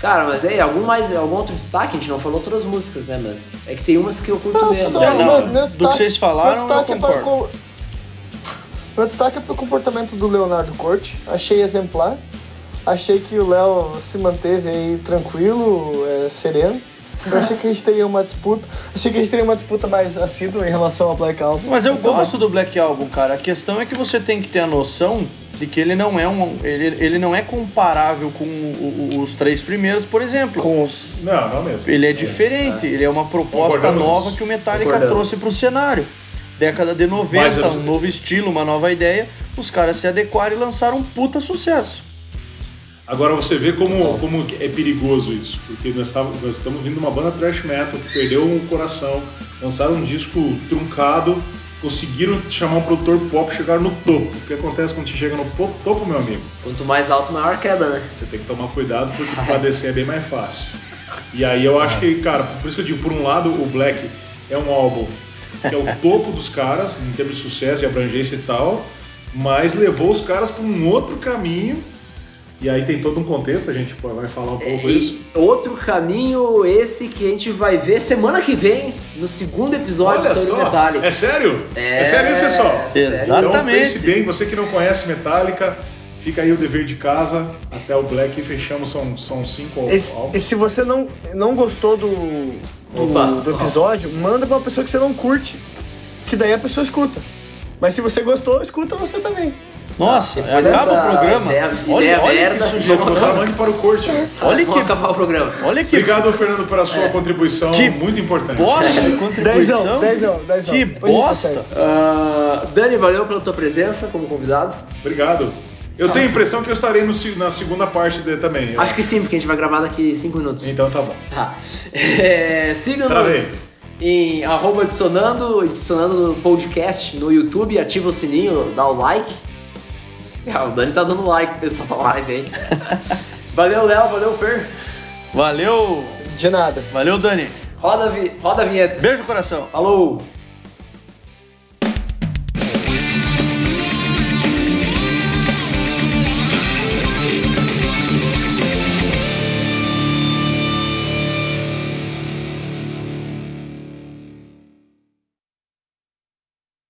Speaker 1: Cara, mas aí, algum, mais, algum outro destaque? A gente não falou todas as músicas, né? Mas é que tem umas que eu curto
Speaker 2: Não,
Speaker 1: mesmo.
Speaker 2: não,
Speaker 1: né?
Speaker 4: É, não.
Speaker 2: meu- meu
Speaker 4: Do que
Speaker 2: destaque-
Speaker 4: vocês falaram,
Speaker 2: meu destaque
Speaker 4: eu
Speaker 2: é para o
Speaker 4: concordo.
Speaker 2: co- Meu destaque é para o comportamento do Leonardo Corte. Achei exemplar. Achei que o Léo se manteve aí tranquilo, é, sereno. Eu achei que a gente teria uma disputa. Achei que a gente teria uma disputa mais assídua em relação ao Black Album.
Speaker 4: Mas eu
Speaker 2: tá bom.
Speaker 4: gosto do Black Album, cara. A questão é que você tem que ter a noção de que ele não é um. Ele, ele não é comparável com o- o- os três primeiros, por exemplo.
Speaker 2: com os.
Speaker 3: Não, não mesmo.
Speaker 4: Ele é diferente, ele é uma proposta
Speaker 3: Concordamos
Speaker 4: nova
Speaker 3: nisso.
Speaker 4: que o Metallica
Speaker 1: Concordamos.
Speaker 4: trouxe pro cenário. Década de 90,
Speaker 3: Mas eu-
Speaker 4: um novo estilo, uma nova ideia, os caras se adequaram e lançaram um puta sucesso.
Speaker 3: Agora você vê como, como é perigoso isso, porque nós, tava- nós estamos vindo de uma banda thrash metal que perdeu o coração, lançaram um disco truncado, conseguiram chamar um produtor pop e chegaram no topo. O que acontece quando você chega no po- topo, meu amigo?
Speaker 1: Quanto mais alto, maior a queda, né?
Speaker 3: Você tem que tomar cuidado porque pra descer é bem mais fácil. E aí eu acho que, cara, por isso que eu digo, por um lado, o Black é um álbum que é o topo dos caras, em termos de sucesso, de abrangência e tal, mas levou os caras para um outro caminho. E aí tem todo um contexto, a gente pô, vai falar um pouco disso.
Speaker 1: É, E outro caminho esse que a gente vai ver semana que vem, no segundo episódio
Speaker 3: Olha
Speaker 1: sobre
Speaker 3: só,
Speaker 1: Metallica.
Speaker 3: é sério? É, sério isso, pessoal?
Speaker 1: sério.
Speaker 4: Exato.
Speaker 3: Então pense
Speaker 4: Exatamente.
Speaker 3: bem, você que não conhece Metallica, fica aí o dever de casa, até o Black e fechamos, são, são cinco al-
Speaker 2: Esse-
Speaker 3: álbuns.
Speaker 2: e se você não, não gostou do,
Speaker 1: Opa.
Speaker 2: do, do episódio, manda pra uma pessoa que você não curte. Que daí a pessoa escuta. Mas se você gostou, escuta você também.
Speaker 4: Nossa,
Speaker 1: depois
Speaker 4: acaba
Speaker 1: dessa
Speaker 4: o programa.
Speaker 1: Ah, ideia-
Speaker 4: olha
Speaker 1: ideia
Speaker 4: olha
Speaker 1: merda.
Speaker 4: que
Speaker 3: Só
Speaker 4: sugestão.
Speaker 3: gostar, mande para o corte.
Speaker 4: Olha
Speaker 1: Vamos
Speaker 4: que-
Speaker 1: acabar o programa.
Speaker 4: Olha que
Speaker 3: Obrigado, Fernando, pela sua contribuição
Speaker 4: que
Speaker 3: muito importante.
Speaker 4: bosta de
Speaker 2: Dezão,
Speaker 4: contribuição.
Speaker 2: dezão, dezão. Hoje
Speaker 4: Que
Speaker 2: a gente
Speaker 4: bosta.
Speaker 2: consegue.
Speaker 1: Ah, Dani, valeu pela tua presença como convidado.
Speaker 3: Obrigado. Eu tenho a impressão que eu estarei no se- na segunda parte dele também. Eu-
Speaker 1: Acho que sim, porque a gente vai gravar daqui 5 minutos.
Speaker 3: Então tá bom.
Speaker 1: Tá. É,
Speaker 3: Travei.
Speaker 1: Siga-nos em arroba adicionando, adicionando no podcast no YouTube, ativa o sininho, dá o like. Ah, o Dani tá dando like pro pessoal da live aí. valeu, Léo, valeu, Fer.
Speaker 4: Valeu,
Speaker 2: De nada.
Speaker 4: valeu, Dani.
Speaker 1: Roda, a vi- roda a vinheta.
Speaker 4: Beijo no coração.
Speaker 1: Falou!